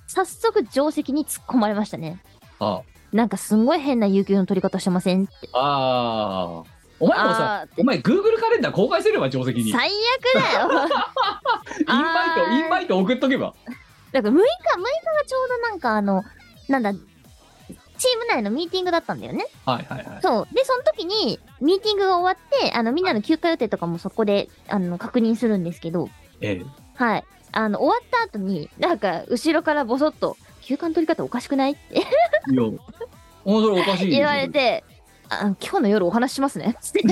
Speaker 1: 早速定石に突っ込まれましたね。
Speaker 3: あ
Speaker 1: なんかすんごい変な有給の取り方してませんって。
Speaker 3: あー。お前もさ、
Speaker 1: あーって
Speaker 3: お前、Google カレンダー公開すれば定石に。
Speaker 1: 最悪だよ。
Speaker 3: インバイ
Speaker 1: あ
Speaker 3: ト、
Speaker 1: ー
Speaker 3: インバイト送っとけば。
Speaker 1: なんか6日、6日がちょうどなんかあの、なんだ、チーム内のミーティングだったんだよね。
Speaker 3: はいはいはい。
Speaker 1: そう。で、その時に、ミーティングが終わって、あの、みんなの休暇予定とかもそこで、あの、確認するんですけど、
Speaker 3: ええ。
Speaker 1: はい。あの、終わった後に、なんか、後ろからボソッと、休暇の取り方おかしくないって
Speaker 3: いや、おそれおかしいでしょ。
Speaker 1: 言われて、あ今日の夜お話ししますね。 つって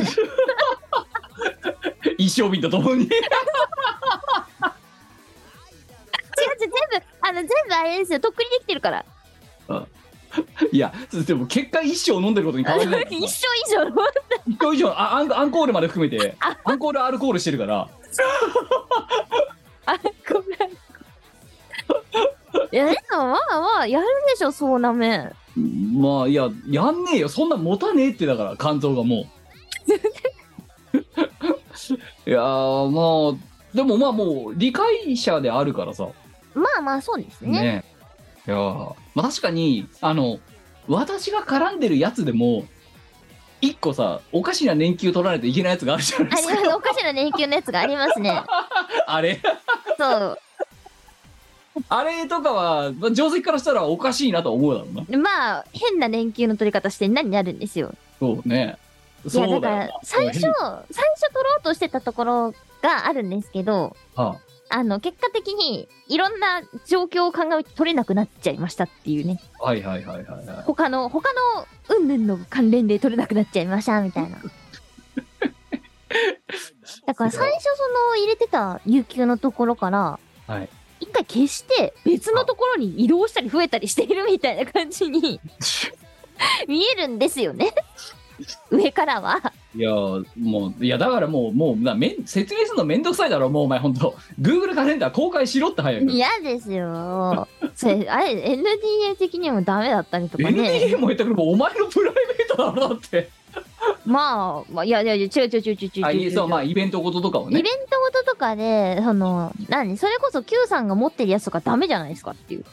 Speaker 3: 一生瓶とともに。
Speaker 1: 違う違う、全部、あの、全部あれですよ。とっくにできてるから。。
Speaker 3: いや、でも結果一生飲んでることに変わりない
Speaker 1: 一生以上の。
Speaker 3: 一生以上あアン、アンコールまで含めて、アンコールアルコールしてるから。
Speaker 1: あ、ごめん。 いや、でもまあまあ、やるでしょ、そうなめん。
Speaker 3: まあ、いや、やんねえよ。そんな持たねえってだから、肝臓が もう。いやー、まあ、でもまあもう、理解者であるからさ。
Speaker 1: まあまあ、そうですね。
Speaker 3: ねいやーまあ確かにあの私が絡んでるやつでも一個さおかしな年休取らないといけないやつがあるじゃない
Speaker 1: あり
Speaker 3: です
Speaker 1: ま
Speaker 3: か
Speaker 1: す。おかしな連休のやつがあります ね。
Speaker 3: あれ
Speaker 1: そう。
Speaker 3: あれとかは、まあ、定石からしたらおかしいなとは思うだろうな
Speaker 1: まあ、変な連休の取り方して何になるんですよ。
Speaker 3: そうね
Speaker 1: いや、
Speaker 3: そ
Speaker 1: だか
Speaker 3: うだよ
Speaker 1: ら、最初、最初取ろうとしてたところがあるんですけど、
Speaker 3: なは
Speaker 1: あの、結果的に、いろんな状況を考え取れなくなっちゃいましたっていうね。
Speaker 3: はいはいはいはいはい。
Speaker 1: 他の、他の、うんぬんの関連で取れなくなっちゃいました、みたい な。だから最初その入れてた有給のところから、
Speaker 3: はい
Speaker 1: 一回消して別のところに移動したり増えたりしているみたいな感じ に見えるんですよね。上からは。
Speaker 3: いやーもういやだからもうもうなめん説明するのめんどくさいだろもうお前本当 Google カレンダー公開しろって早く
Speaker 1: 嫌ですよ。それ、あれ、NDA 的にもダメだったりとかね。
Speaker 3: NDA も言ったけどもうお前のプライベートだろだって
Speaker 1: まあ、まあ、いやいやいや、違う違う違う違う違う
Speaker 3: あ
Speaker 1: 違。
Speaker 3: いうえそうまあイベントごととかを
Speaker 1: イベ
Speaker 3: ね
Speaker 1: ントごととかで、その、何それこそ Q さんが持ってるやつとかダメじゃないですかっていう。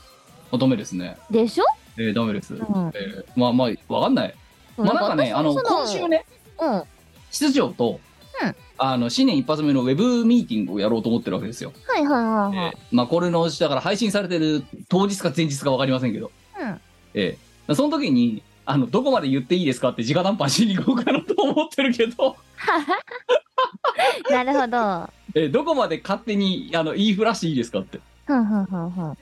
Speaker 3: あダメですね
Speaker 1: でしょ
Speaker 3: えー、ダメです、
Speaker 1: ん
Speaker 3: えーまあまあわかんないまあなんかねあの今週。ね
Speaker 1: 私も
Speaker 3: 室長と、
Speaker 1: うん
Speaker 3: あの新年一発目のウェブミーティングをやろうと思ってるわけですよ、
Speaker 1: そのうん。はいはいはいはい。
Speaker 3: えーまあこれのうちだから配信されてる当日か前日かわかりませんけど、
Speaker 1: うん
Speaker 3: えーその時にあのどこまで言っていいですかって直談判しに行こうかなと思ってるけど
Speaker 1: なるほど。
Speaker 3: えーどこまで勝手にあの言いふらしていいですかって
Speaker 1: ふんふんふんふん。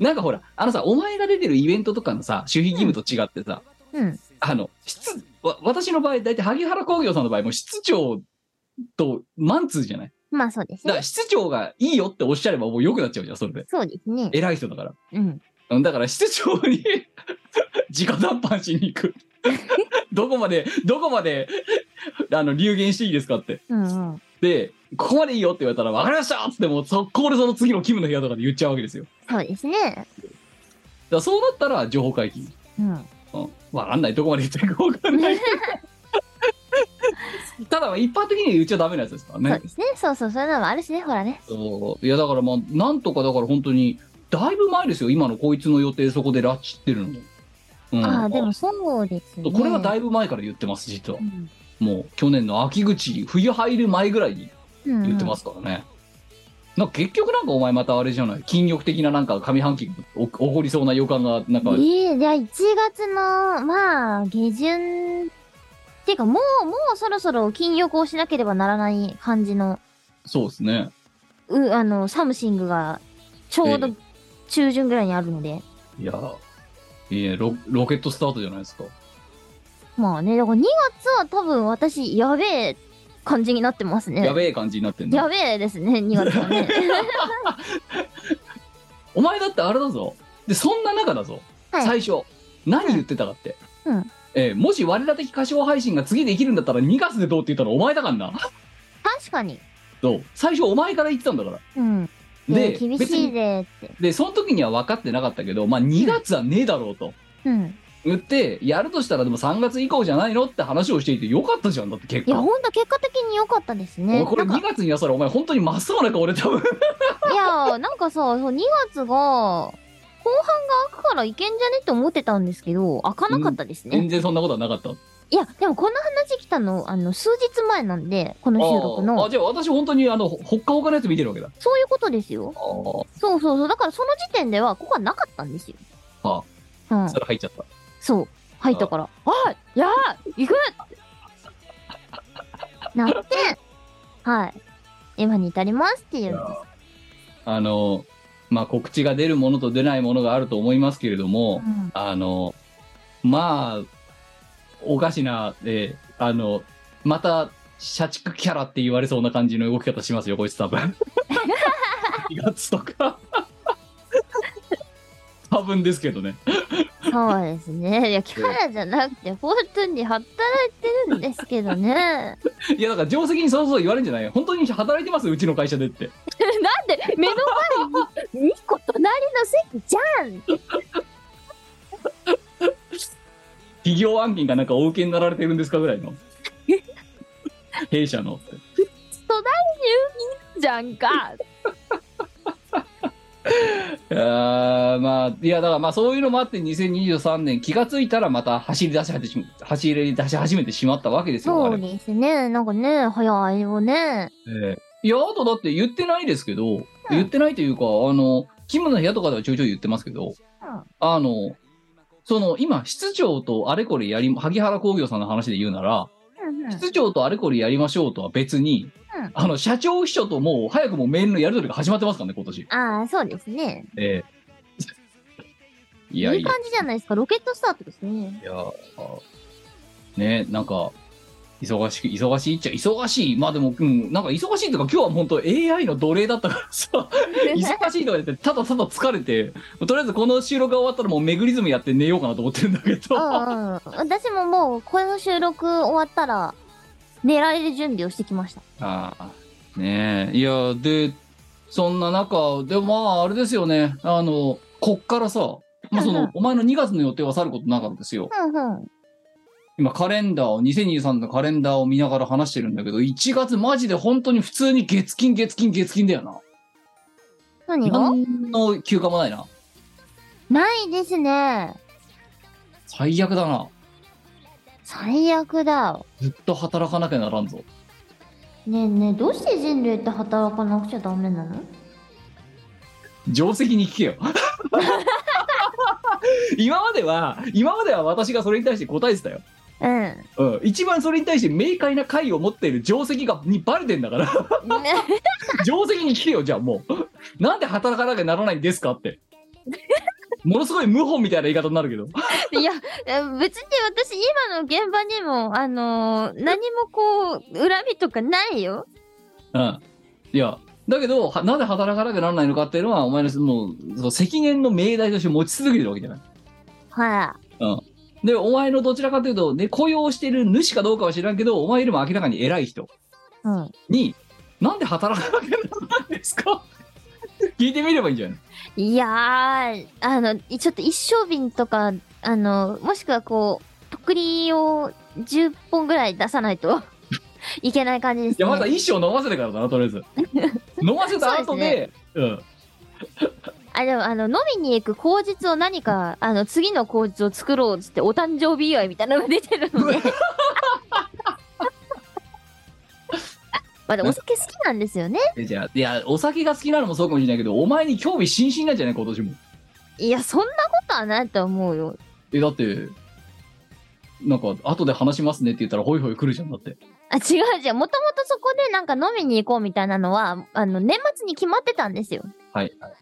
Speaker 3: なんかほらあのさお前が出てるイベントとかのさ守秘義務と違ってさ、
Speaker 1: うん。
Speaker 3: あの室わ私の場合大体萩原工業さんの場合もう室長とマンツーじゃない
Speaker 1: まあそうです
Speaker 3: だか
Speaker 1: ね。
Speaker 3: ら室長がいいよっておっしゃればもう良くなっちゃうじゃんそれで
Speaker 1: そうですね。
Speaker 3: 偉い人だから
Speaker 1: うん。
Speaker 3: うんだから室長に 直談判しに 行くどこまでどこまであの流言していいですかって
Speaker 1: うんうん。
Speaker 3: でここまでいいよって言われたら分かりましたっつってもう速攻でその次の勤務の部屋とかで言っちゃうわけですよ
Speaker 1: そうですね。
Speaker 3: だからそうなったら情報解禁、
Speaker 1: うん。
Speaker 3: うん、分かんないどこまで言っていいか分か んないただ一般的には言っちゃダメなやつですか
Speaker 1: そ
Speaker 3: ら
Speaker 1: う
Speaker 3: ね
Speaker 1: ですね。そうそう、そういうのもあるしね、ほらね。
Speaker 3: そういやだからまあなんとかだから本当にだいぶ前ですよ今のこいつの予定そこで拉致ってるのも、うん、
Speaker 1: ああ、でもそうですね。
Speaker 3: これはだ
Speaker 1: い
Speaker 3: いぶ前から言ってます実は
Speaker 1: うん。
Speaker 3: もう去年の秋口冬入る前ぐらいに
Speaker 1: うん。
Speaker 3: 言ってますすからね、なんか結局なんかお前またあれじゃない筋力的ななんか上半期お起こりそうな予感がなんか、
Speaker 1: ええじゃあ1月の、まあ、下旬。っていうか、もう、もうそろそろ禁欲をしなければならない感じの、
Speaker 3: そうですね
Speaker 1: う、あの、サムシングが、ちょうど中旬ぐらいにあるので。
Speaker 3: いやいやロロケットスタートじゃないですか
Speaker 1: まあね、だから2月は多分私、やべえ感じになってますね。
Speaker 3: やべえ感じになってん
Speaker 1: や
Speaker 3: だ
Speaker 1: べえですね、2月は ね。
Speaker 3: お前だってあれだぞでそんな中だぞ、
Speaker 1: はい
Speaker 3: 最初何言ってたかって、
Speaker 1: うん
Speaker 3: えーもし我ら的歌唱配信が次できるんだったら2月でどうって言ったのお前だからな
Speaker 1: 確かに。
Speaker 3: そう最初お前から言ってたんだから
Speaker 1: うん。
Speaker 3: で
Speaker 1: で、厳
Speaker 3: 別
Speaker 1: し
Speaker 3: に
Speaker 1: いでって。
Speaker 3: でその時には分かってなかったけど、まあ、2月はねえだろうと
Speaker 1: うん。
Speaker 3: 言ってやるとしたらでも3月以降じゃないのって話をしていてよかったじゃんだって結
Speaker 1: いや、
Speaker 3: 構。
Speaker 1: ほんと結果的に良かったです
Speaker 3: お
Speaker 1: ね。
Speaker 3: いこれ
Speaker 1: なんか
Speaker 3: 2月にやったらお前本当に真っ青な 顔俺多分
Speaker 1: いや、なんかさ、そう2月が、後半が開くからいけんじゃねって思ってたんですけど、開かなかったですね。
Speaker 3: 全然そんなことはなかった
Speaker 1: いや、でもこの話来たの、あの、数日前なんで、この収録
Speaker 3: あーあ
Speaker 1: の。
Speaker 3: じゃあ私本当にあのほっかほかのやつ見てるわけだ
Speaker 1: そういうことですよ。
Speaker 3: あー
Speaker 1: そうそうそう。だからその時点では、ここはなかったんですよ。
Speaker 3: あ
Speaker 1: うん。
Speaker 3: それ入っちゃった
Speaker 1: そう。入ったから。あいやー 行くってなって、はい。今に至りますっていう。
Speaker 3: あのまあ告知が出るものと出ないものがあると思いますけれども
Speaker 1: うん
Speaker 3: あのまあおかしな、えーあのまた社畜キャラって言われそうな感じの動き方しますよこいつ多分2月とか多分ですけどね
Speaker 1: そうですね。いや、キャラじゃなくて、本当に働いてるんですけどね。なん
Speaker 3: いやだから定石にそうそう言われるんじゃないよ本当に働いてますうちの会社でって
Speaker 1: で、目の前に2個隣の席じゃん
Speaker 3: 企業案件がなんかお受けになられてるんですかぐらいの弊社のって
Speaker 1: じゃんか
Speaker 3: あーまあいやだからまあそういうのもあって2023年気がついたらまた走り出し始め走り出し始めてしまったわけですよ。あ
Speaker 1: そ
Speaker 3: れ
Speaker 1: うですね。なんかね、早いよね。
Speaker 3: ええいやあとだって言ってないですけど、言ってないというかあのキムの部屋とかではちょいちょい言ってますけど、あのその今室長とあれこれやり萩原工業さんの話で言うなら、
Speaker 1: うんうん
Speaker 3: 室長とあれこれやりましょうとは別に
Speaker 1: うん
Speaker 3: あの、社長秘書ともう早くもメールのやり取りが始まってますからね、今年。
Speaker 1: ああ、そうですね。
Speaker 3: ええい
Speaker 1: い
Speaker 3: やい
Speaker 1: い
Speaker 3: や
Speaker 1: 感じじゃないですか。ロケットスタートですね。
Speaker 3: いやーねなんか、忙しく、忙しいっちゃ、忙しい。まあでも、うん、なんか忙しいとか、今日は本当 AI の奴隷だったからさ、忙しいとか言って、ただただ疲れて、とりあえずこの収録が終わったらもうメグリズムやって寝ようかなと思ってるんだけど、
Speaker 1: うんうん、私ももうこの収録終わったら寝られる準備をしてきました
Speaker 3: ああ、ねえ。いや、で、そんな中、でもまあ、あれですよね。あの、こっからさ、まあそ
Speaker 1: うんう
Speaker 3: の
Speaker 1: ん、
Speaker 3: お前の2月の予定はさることなかったですよ。
Speaker 1: うんうん
Speaker 3: 今、カレンダーを、2023のカレンダーを見ながら話してるんだけど、1月マジで本当に普通に月金、月金、月金だよな。
Speaker 1: 何が
Speaker 3: 何の休暇もないな。
Speaker 1: ないですね
Speaker 3: 最悪だな。
Speaker 1: 最悪だ
Speaker 3: ずっと働かなきゃならんぞ。
Speaker 1: ねえねえどうして人類って働かなくちゃダメなの
Speaker 3: 定石に聞けよ。今までは、今までは私がそれに対して答えてたよ。
Speaker 1: うん
Speaker 3: うん、一番それに対して明快な解を持っている定石がにバレてんだから
Speaker 1: ね
Speaker 3: 定石に聞けよじゃあもうなんで働かなきゃならないんですかってものすごい謀反みたいな言い方になるけど
Speaker 1: いや別に私今の現場にもあのー何もこう恨みとかないよ
Speaker 3: うんいやだけどはなぜ働かなきゃならないのかっていうのはお前のもうその積年の命題として持ち続けてるわけじゃない
Speaker 1: は
Speaker 3: でお前のどちらかというと、ね、雇用してる主かどうかは知らんけどお前よりも明らかに偉い人
Speaker 1: い、うん、
Speaker 3: になんで働かなきゃならないんですか 聞いてみればいいんじゃない
Speaker 1: いやーあのちょっと一升瓶とかあのもしくはこうとっくりを10本ぐらい出さないと いけない感じですね
Speaker 3: いやまだ一生飲ませてからだなとりあえず飲ませた後でうん
Speaker 1: あでもあの飲みに行く口実を何かあの次の口実を作ろうっつってお誕生日祝いみたいなのが出てるので まあでもお酒好きなんですよね
Speaker 3: でじゃあいやお酒が好きなのもそうかもしれないけどお前に興味津々なんじゃない今年も
Speaker 1: いやそんなことはないと思うよ
Speaker 3: えだってなんか後で話しますねって言ったらホイホイ来るじゃんだって
Speaker 1: あ違う違うもともとそこでなんか飲みに行こうみたいなのはあの年末に決まってたんですよ
Speaker 3: はい、はい、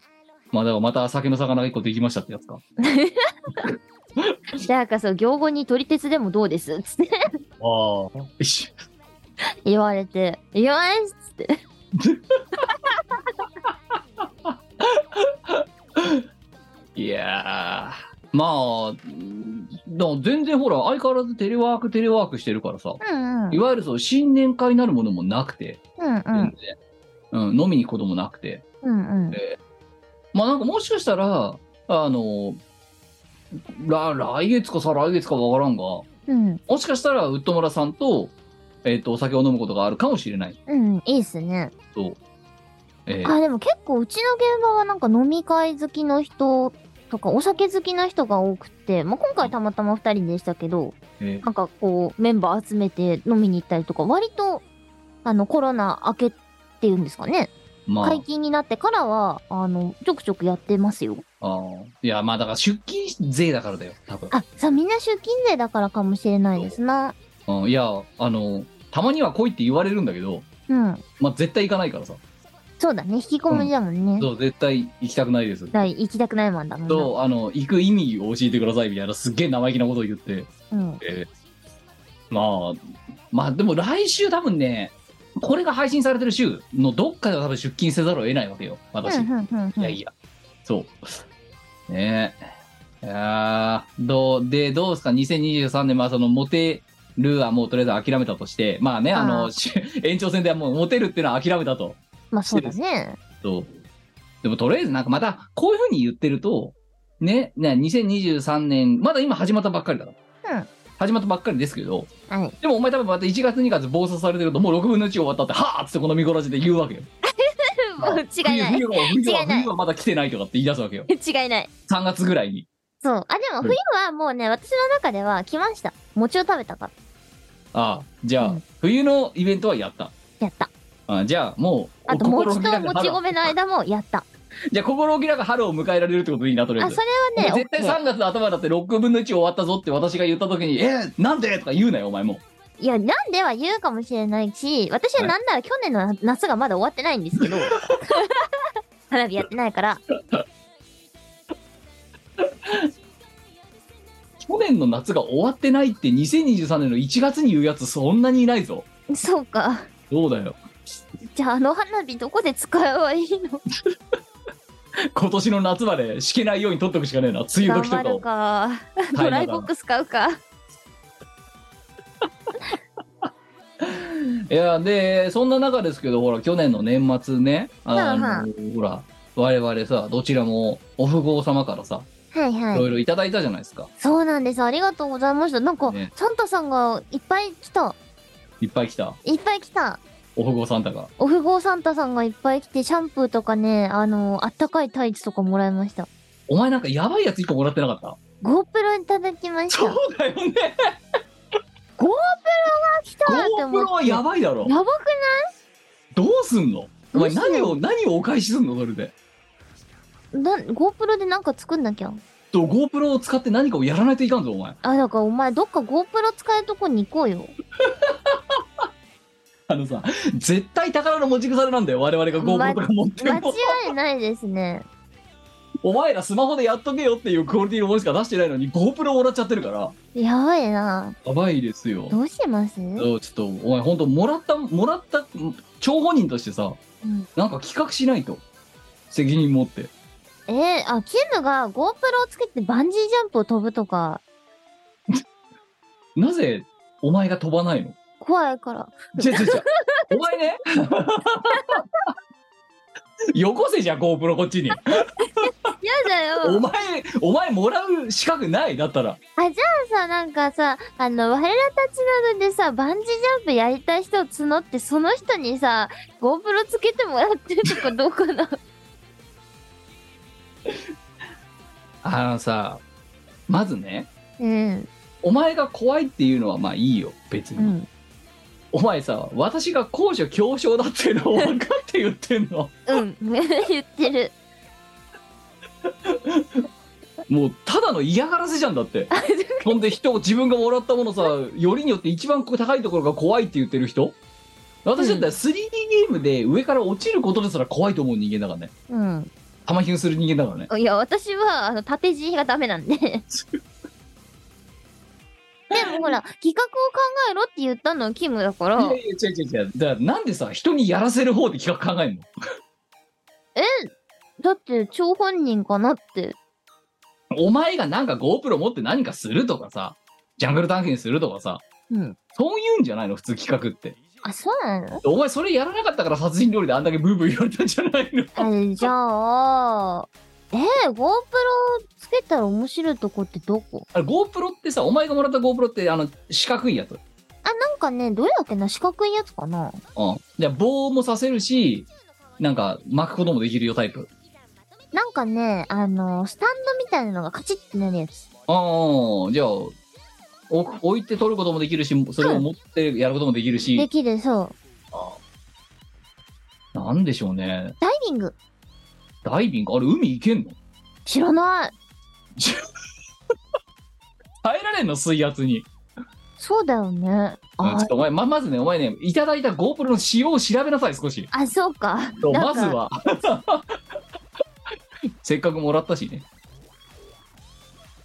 Speaker 3: まあだからまた酒の魚が一個できましたってやつか
Speaker 1: だからそう行後に取り鉄でもどうですっつって
Speaker 3: ああ
Speaker 1: 言われて「いやーすっつって
Speaker 3: いやーまあうんだから全然ほら相変わらずテレワークテレワークしてるからさ
Speaker 1: うんうん
Speaker 3: いわゆるそう新年会になるものもなくて
Speaker 1: うんう
Speaker 3: 全
Speaker 1: ん
Speaker 3: 然、うん、飲みに行くこともなくて
Speaker 1: うんうん
Speaker 3: まあなんかもしかしたら、あの、ら来月か再来月かわからんが、も
Speaker 1: うん
Speaker 3: しかしたらウッド村さんと、えっ、と、お酒を飲むことがあるかもしれない。
Speaker 1: うんいいっすね
Speaker 3: と、えー
Speaker 1: あでも結構うちの現場はなんか飲み会好きの人とかお酒好きな人が多くて、まあ、今回たまたま2人でしたけど
Speaker 3: えー
Speaker 1: なんかこうメンバー集めて飲みに行ったりとか割とあのコロナ明けっていうんですかね
Speaker 3: まあ
Speaker 1: 解、禁になってからはあのちょくちょくやってますよ
Speaker 3: あーいや、まあだから出勤税だからだよ、多分。
Speaker 1: あさあみんな出勤税だからかもしれないですな
Speaker 3: うん、いや、あの、たまには来いって言われるんだけど、
Speaker 1: うん
Speaker 3: まあ絶対行かないからさ。
Speaker 1: そうだね引きこもりだもんね、
Speaker 3: そう、絶対行きたくないです。
Speaker 1: だい行きたくないマンだもんな
Speaker 3: と、あの、行く意味を教えてくださいみたいな、すっげえ生意気なことを言って。
Speaker 1: うん
Speaker 3: えーまあ、まあでも来週多分ね、これが配信されてる週のどっかでは多分出勤せざるを得ないわけよ、私。
Speaker 1: うんうんうんう
Speaker 3: い
Speaker 1: ん
Speaker 3: やいや、そう。ねえ。いやーどう、で、どうですか、2023年、まあその、モテるはもうとりあえず諦めたとして、 まあね、あの、
Speaker 1: あ
Speaker 3: 延長戦ではもうモテるっていうのは諦めたと。
Speaker 1: まあそうだね
Speaker 3: そう。でもとりあえずなんかまた、こういうふうに言ってると、ね、ね、2023年、まだ今始まったばっかりだか
Speaker 1: う
Speaker 3: ら。
Speaker 1: ん
Speaker 3: 始まったばっかりですけど、
Speaker 1: はい
Speaker 3: でもお前多分また1月2月暴走されてるともう6分の1終わったってはあっつってこの見殺しで言うわけよ。
Speaker 1: もう違いない
Speaker 3: 冬は冬は
Speaker 1: 違いない
Speaker 3: 冬はまだ来てないとかって言い出すわけ よ。
Speaker 1: 違いない。
Speaker 3: 3月ぐらいに。
Speaker 1: そう。あ、でも冬はもうね、私の中では来ました。餅を食べたから。
Speaker 3: ああ、じゃあ、
Speaker 1: うん
Speaker 3: 冬のイベントはやった。
Speaker 1: やった。
Speaker 3: ああじゃあもう、
Speaker 1: あと、
Speaker 3: 心
Speaker 1: 餅
Speaker 3: 置き
Speaker 1: と
Speaker 3: なく
Speaker 1: もち米の間もやった。
Speaker 3: 春じゃあ心置きなく春を迎えられるってことでいいなとりあえ
Speaker 1: あ、
Speaker 3: ず
Speaker 1: そ。れはね、
Speaker 3: 絶対3月の頭だって6分の1終わったぞって私が言った時に「えーなんで?」とか言うなよお前も
Speaker 1: いや、なんでは言うかもしれないし、私はなんなら去年の夏がまだ終わってないんです けど、花火やってないから、
Speaker 3: 去年の夏が終わってないって2023年の1月に言うやつそんなにいないぞ
Speaker 1: そうか。
Speaker 3: どうだよ
Speaker 1: じゃああの花火どこで使えばいいの
Speaker 3: 今年の夏までしけないように取っとくしかねえな梅雨
Speaker 1: 頑
Speaker 3: 時と
Speaker 1: 張
Speaker 3: か
Speaker 1: る
Speaker 3: を
Speaker 1: か。
Speaker 3: な
Speaker 1: ドライボックス買うか。
Speaker 3: いやでそんな中ですけどほら去年の年末ねあの、
Speaker 1: はあは
Speaker 3: ほら我々さどちらもお富豪様からさ
Speaker 1: はいはい
Speaker 3: ろ
Speaker 1: い。
Speaker 3: いろいただいたじゃないですか、
Speaker 1: そうなんです。ありがとうございました。なんか、
Speaker 3: ね
Speaker 1: サンタさんがいっぱい来た。
Speaker 3: いっぱい来た
Speaker 1: いっぱい来た。
Speaker 3: お富豪サンタが
Speaker 1: お富豪サンタさんがいっぱい来て、シャンプーとかね、あの、あったかいタイツとかもらいました。
Speaker 3: お前なんかやばいやつ1個もらってなかった
Speaker 1: GoPro いただきまし
Speaker 3: そ
Speaker 1: た。
Speaker 3: うだよね
Speaker 1: 来たーって思
Speaker 3: GoPro は
Speaker 1: って。
Speaker 3: やばいだろ
Speaker 1: やばく
Speaker 3: どうすんのお前
Speaker 1: どうすん
Speaker 3: 何
Speaker 1: の
Speaker 3: を何をお返しすんのそれで
Speaker 1: な GoPro でなんか作んなきゃ。
Speaker 3: と GoPro を使って何かをやらないといかんぞお前
Speaker 1: あ、だからお前どっか GoPro 使えるとこに行こう よ。
Speaker 3: あのさ絶対宝の持ち腐れなんだよ我々が GoPro とか持って
Speaker 1: 間
Speaker 3: る
Speaker 1: 違
Speaker 3: の
Speaker 1: いないですね。
Speaker 3: お前らスマホでやっとけよっていうクオリティのものしか出してないのに GoPro をもらっちゃってるから
Speaker 1: やばいな。
Speaker 3: やばいですよ
Speaker 1: どうします
Speaker 3: そうちょっとお前本当もらったもらった張本人としてさ
Speaker 1: うん
Speaker 3: なんか企画しないと責任持って
Speaker 1: えーあ、キムが GoPro をつけてバンジージャンプを飛ぶとか、
Speaker 3: なぜお前が飛ばないの
Speaker 1: 怖いから。
Speaker 3: 違う違う違うお前 ねよこせじゃん GoPro こっちに
Speaker 1: やだ
Speaker 3: お
Speaker 1: よ。
Speaker 3: 前お前もらう資格ないだったら
Speaker 1: あ、じゃあさ、なんかさ、あの、我らたちなどでさ、バンジージャンプやりたい人を募って、その人にさ、GoPro つけてもらってとかどうかな。
Speaker 3: あのさまずね
Speaker 1: うん。
Speaker 3: お前が怖いっていうのはまあいいよ別に、
Speaker 1: うん。
Speaker 3: お前さ私が高所恐怖症だっていう のを分かって言ってんの
Speaker 1: うん。 言ってる。
Speaker 3: もうただの嫌がらせじゃんだってほんで人を自分がもらったものさよりによって一番高いところが怖いって言ってる人私だったら 3D ゲームで上から落ちることですら怖いと思う人間だからね
Speaker 1: うん。
Speaker 3: 玉ひゅんする人間だからね
Speaker 1: いや、私は、あの、縦字がダメ なんで。でもほら、企画を考えろって言ったのはキムだか
Speaker 3: い
Speaker 1: ら
Speaker 3: やい、や違う違う違うだからなんでさ人にやらせる方で企画考えんの
Speaker 1: だって、張本人かなって。
Speaker 3: お前がなんか GoPro 持って何かするとかさ、ジャングル探検するとかさ、
Speaker 1: うん。
Speaker 3: そういうんじゃないの、普通企画って。
Speaker 1: あ、そうなの
Speaker 3: お前それやらなかったから殺人料理であんだけブーブー言われたんじゃないの
Speaker 1: え、じゃあ、えー、GoPro つけたら面白いとこってどこ
Speaker 3: あれ ?GoPro ってさ、お前がもらった GoPro ってあの四角いやつ。うん。
Speaker 1: あ、なんかね、どれだっけな四角いやつかな
Speaker 3: で棒もさせるし、なんか巻くこともできるよタイプ。
Speaker 1: なんかね、あの、スタンドみたいなのがカチッってなるやつ。
Speaker 3: ああ、じゃあ、お置いて取ることもできるし、それを持ってやることもできる
Speaker 1: で
Speaker 3: し、
Speaker 1: きる、そう。
Speaker 3: なんでしょうね。
Speaker 1: ダイビング。
Speaker 3: ダイビング、あれ海行けんの
Speaker 1: 知らない。
Speaker 3: 耐えられんの水圧に。
Speaker 1: そうだよね。
Speaker 3: うんちょ
Speaker 1: あ
Speaker 3: っ、とお前ままずねお前ねいただいた GoPro の仕様を調べなさい少し
Speaker 1: あそうか。
Speaker 3: そう
Speaker 1: なん
Speaker 3: ま
Speaker 1: か
Speaker 3: ず。は せっかくもらったしね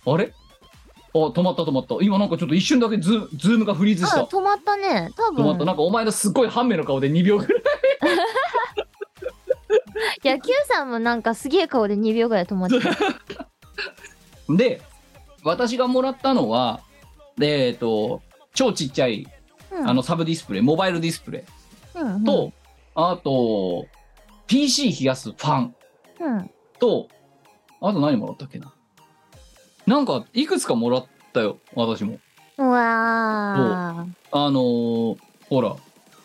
Speaker 3: あれあ止まった止まった今なんかちょっと一瞬だけズーズームがフリーズし
Speaker 1: あ、
Speaker 3: た
Speaker 1: 止まったね。多
Speaker 3: 止まった
Speaker 1: 分。
Speaker 3: なんかお前のすっごい半目の顔で2秒ぐらい
Speaker 1: いや、Q さんもなんかすげえ顔で2秒ぐらい止ま ってた。
Speaker 3: で私がもらったのはでえっ、と超ちっちゃい
Speaker 1: うん、
Speaker 3: あのサブディスプレイモバイルディスプレイ
Speaker 1: うんうん、
Speaker 3: と、あと PC 冷やすファン
Speaker 1: うん。
Speaker 3: と、あと何もらったっけな。なんか、いくつかもらったよ、私も。
Speaker 1: うわ
Speaker 3: あのーほら、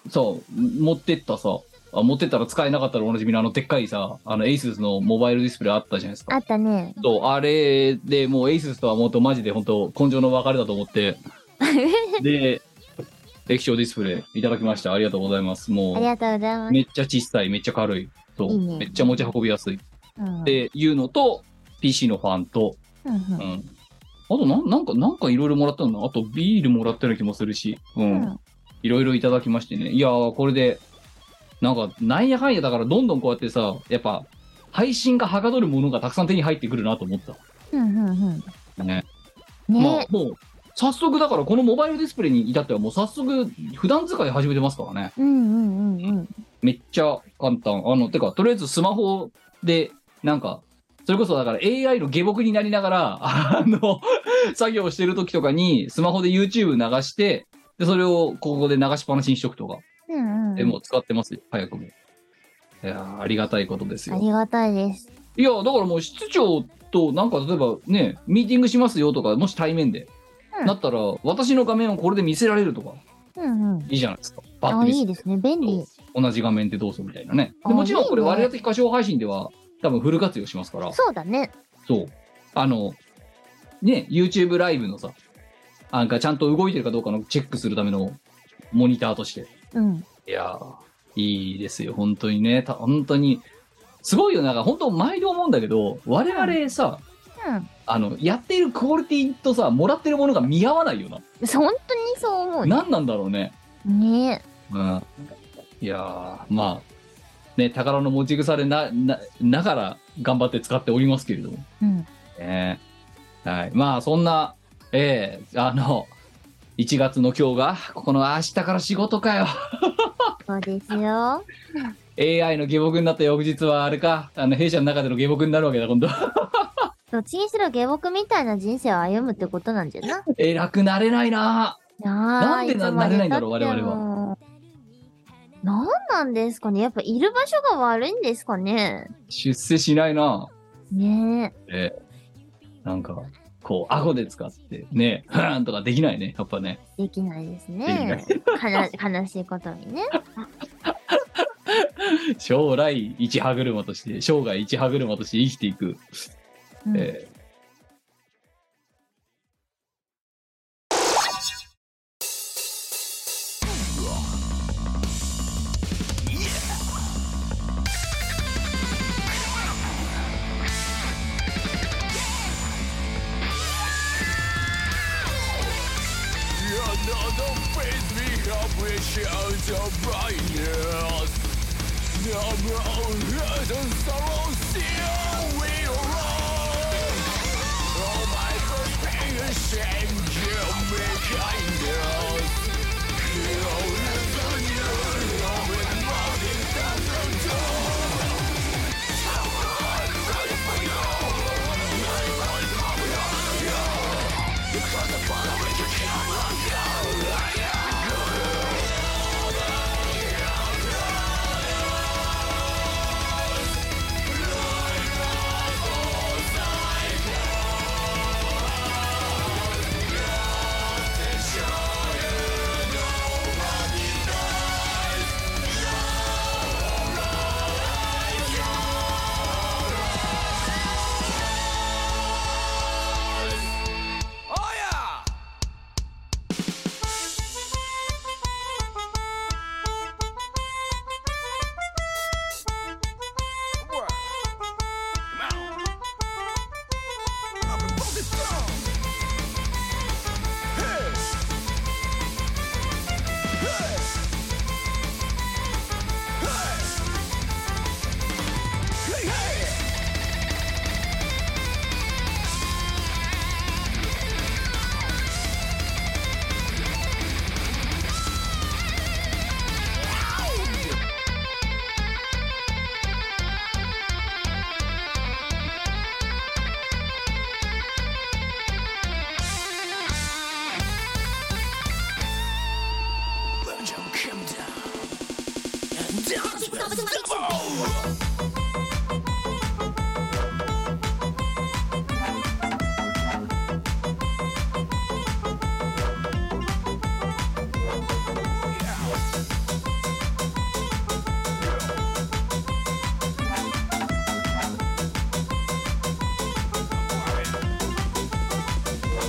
Speaker 3: さ、持ってったさ、あ持ってったら使えなかったらおなじみのあのでっかいさ、あの ASUS のモバイルディスプレイあったじゃないです
Speaker 1: ー。あ
Speaker 3: か。
Speaker 1: ったね。
Speaker 3: そうあれでもう ASUS とはもうとマジで本当根性の別れだと 思って、で、液晶ディスプレイいただきました。ありがとうございます。
Speaker 1: あり
Speaker 3: も、
Speaker 1: がとうございうます。
Speaker 3: めっちゃ小さい、めっちゃ軽い。そう
Speaker 1: いいね
Speaker 3: めっちゃ持ち運びやすい。っ
Speaker 1: うん
Speaker 3: ていうのと、PC のファンと、
Speaker 1: うんうん
Speaker 3: うんあとなん、なんか、なんかいろいろもらったのあとビールもらったような気もするし、う
Speaker 1: うんん。。
Speaker 3: いろいろいただきましてね。いやー、これで、なんか、なんやかんやだから、どんどんこうやってさ、やっぱ、配信がはかどるものがたくさん手に入ってくるなと思った。
Speaker 1: うんうん
Speaker 3: ね。
Speaker 1: うん。
Speaker 3: まあ
Speaker 1: ね、、
Speaker 3: もう、早速、だから、このモバイルディスプレイに至っては、もう早速、普段使い始めてますからね。
Speaker 1: うんうんうんうん。
Speaker 3: めっちゃ簡単。あの、てか、とりあえずスマホで、なんか、それこそだから AI の下僕になりながら、あの、 作業してる時とかに、スマホで YouTube 流して、で、それをここで流しっぱなしにしとくとか、
Speaker 1: うんうん。
Speaker 3: でもう使ってますよ、早くも。いやーありがたいことです
Speaker 1: あ
Speaker 3: よ。
Speaker 1: りがたいです。
Speaker 3: いや、だからもう室長と、なんか例えばね、ミーティングしますよとか、もし対面で、
Speaker 1: うん
Speaker 3: なったら、私の画面をこれで見せられるとか、
Speaker 1: うんうん。
Speaker 3: いいじゃないですか。バッ
Speaker 1: あ、
Speaker 3: て見
Speaker 1: い
Speaker 3: せ
Speaker 1: いですね。便利。
Speaker 3: 同じ画面でどうぞみたいなね。
Speaker 1: あ
Speaker 3: でもちろんこれ
Speaker 1: いいね
Speaker 3: 我々的歌唱配信では多分フル活用しますから、
Speaker 1: そうだね。
Speaker 3: そう。あの、ね、YouTube ライブのさ、なんかちゃんと動いてるかどうかのチェックするためのモニターとして。
Speaker 1: うん。
Speaker 3: いやー、いいですよ、本当にね。た本当に、すごいよ、なんか本当毎度思うんだけど、我々さ、あの、やっているクオリティとさ、もらってるものが見合わないよな。
Speaker 1: うん。そう本当にそう思うよ。
Speaker 3: 何なんだろうね。
Speaker 1: ね
Speaker 3: うん、いやーまあね宝の持ち腐れななながら頑張って使っておりますけれども、
Speaker 1: うん。
Speaker 3: ねはい、まあそんなええあの1月の今日がここの明日から仕事かよ
Speaker 1: そうですよ。
Speaker 3: AI の下僕になった翌日はあれかあの弊社の中での下僕になるわけだ今度
Speaker 1: どっちにしろ下僕みたいな人生を歩むってことなんじゃな。
Speaker 3: 偉くなれないな
Speaker 1: なん
Speaker 3: で ななれないんだろう我々
Speaker 1: は。なんなんですかねやっぱいる場所が悪いんですかね
Speaker 3: 出世しないな
Speaker 1: ね
Speaker 3: ええなんかこう顎で使ってねフーンとかできないねやっぱね
Speaker 1: え、できないです
Speaker 3: で
Speaker 1: ね。かな悲しいことにね。
Speaker 3: 将来一歯車として生涯一歯車として生きていく、
Speaker 1: うん
Speaker 3: え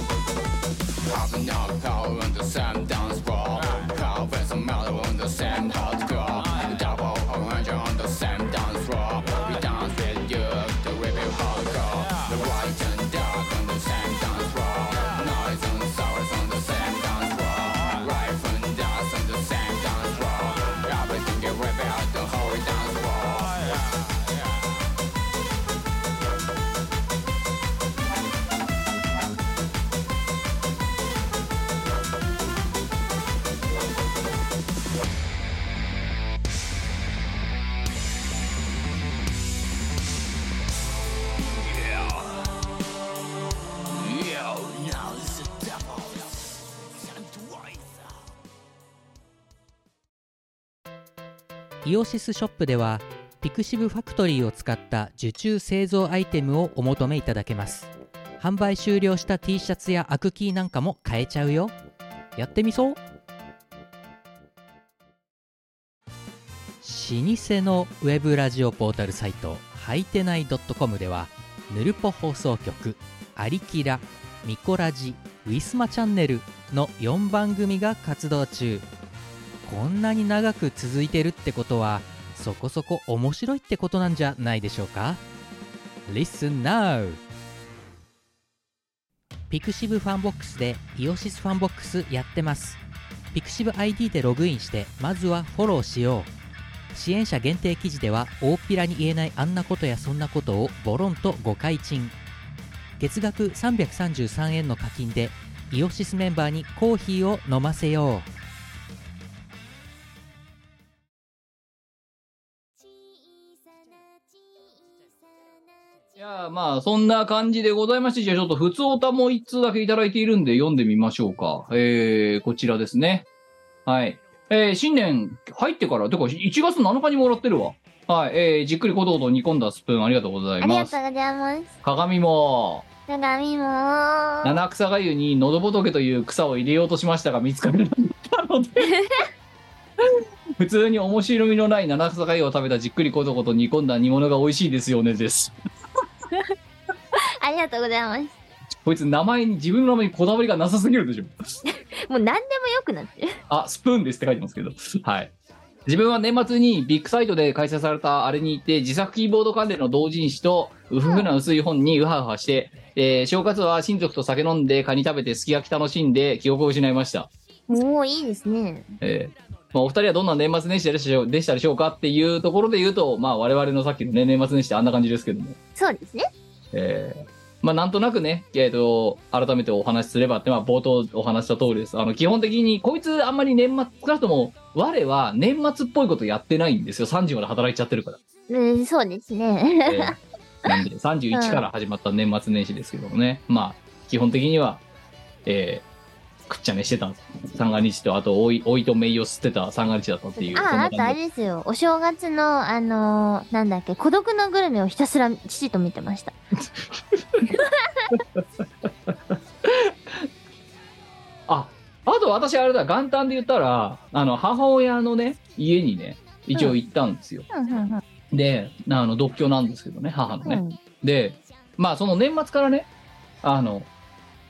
Speaker 4: Have no power on the same dance floor. Have as a mellow on the same hot girl. Double orange on the same dance floor. We dance with you, the review hardcore. The white and dark on the same dance floor.
Speaker 2: イオシスショップではピクシブファクトリーを使った受注製造アイテムをお求めいただけます販売終了した T シャツやアクキーなんかも買えちゃうよやってみそう老舗のウェブラジオポータルサイトはいてない .com ではぬるぽ放送局「アリキラ」「ミコラジ」「ウィスマチャンネル」の4番組が活動中こんなに長く続いてるってことはそこそこ面白いってことなんじゃないでしょうか Listen now! ピクシブファンボックスでイオシスファンボックスやってますピクシブ ID でログインしてまずはフォローしよう支援者限定記事では大っぴらに言えないあんなことやそんなことをボロンと誤解賃月額333円の課金でイオシスメンバーにコーヒーを飲ませよう
Speaker 3: いやーまあ、そんな感じでございまして、じゃあちょっと普通おたも一通だけいただいているんで読んでみましょうか。えー、こちらですね。はい。えー、新年入ってから、てか1月7日にもらってるわ。はい。えー、じっくりコトコト煮込んだスプーンありがとうござ
Speaker 1: あ
Speaker 3: い
Speaker 1: りが
Speaker 3: ま
Speaker 1: と
Speaker 3: す。
Speaker 1: うございます。
Speaker 3: 鏡も、
Speaker 1: 鏡もー。
Speaker 3: 七草がゆに喉仏という草を入れようとしましたが見つからなかった ので普通に面白みのない七草がゆを食べたじっくりコトコト煮込んだ煮物が美味しいですよねです
Speaker 1: ありがとうございます。
Speaker 3: こいつ名前に自分の名前にこだわりがなさすぎるでしょ
Speaker 1: もう何でもよくなってる。
Speaker 3: あスプーンですって書いてますけどはい自分は年末にビッグサイトで開催されたあれに行って自作キーボード関連の同人誌とうふふな薄い本にうはうはして、えー正月は親族と酒飲んでカニ食べてすき焼き楽しんで記憶を失いました
Speaker 1: もういいですね。
Speaker 3: えーまあ、お二人はどんな年末年始でしょうでしたでしょうかっていうところで言うと、まあ、我々のさっきの、ね、年末年始ってあんな感じですけども、
Speaker 1: そうですね。
Speaker 3: えーまあ、なんとなくね、えー、と改めてお話しすればって、まあ、冒頭お話しした通りですあの基本的にこいつあんまり年末少なくとも我は年末っぽいことやってないんですよ3時まで働いちゃってるから。
Speaker 1: うん、 そうですね。
Speaker 3: えーなんで31から始まった年末年始ですけどもね、まあ基本的には、えー、くっちゃめしてた三が日とあとおいおいとめいを吸ってた三が日だったっていうそん
Speaker 1: あ、
Speaker 3: な
Speaker 1: あ
Speaker 3: 感じ
Speaker 1: とあれですよ。お正月の、あのーなんだっけ、孤独のグルメをひたすら父と見てました。
Speaker 3: ああと私あれだ元旦で言ったらあの母親のね家にね一応行ったんですよ、
Speaker 1: うん、うん、
Speaker 3: であの独居なんですけどね母の
Speaker 1: う
Speaker 3: ね、
Speaker 1: ん。
Speaker 3: でまあその年末からねあの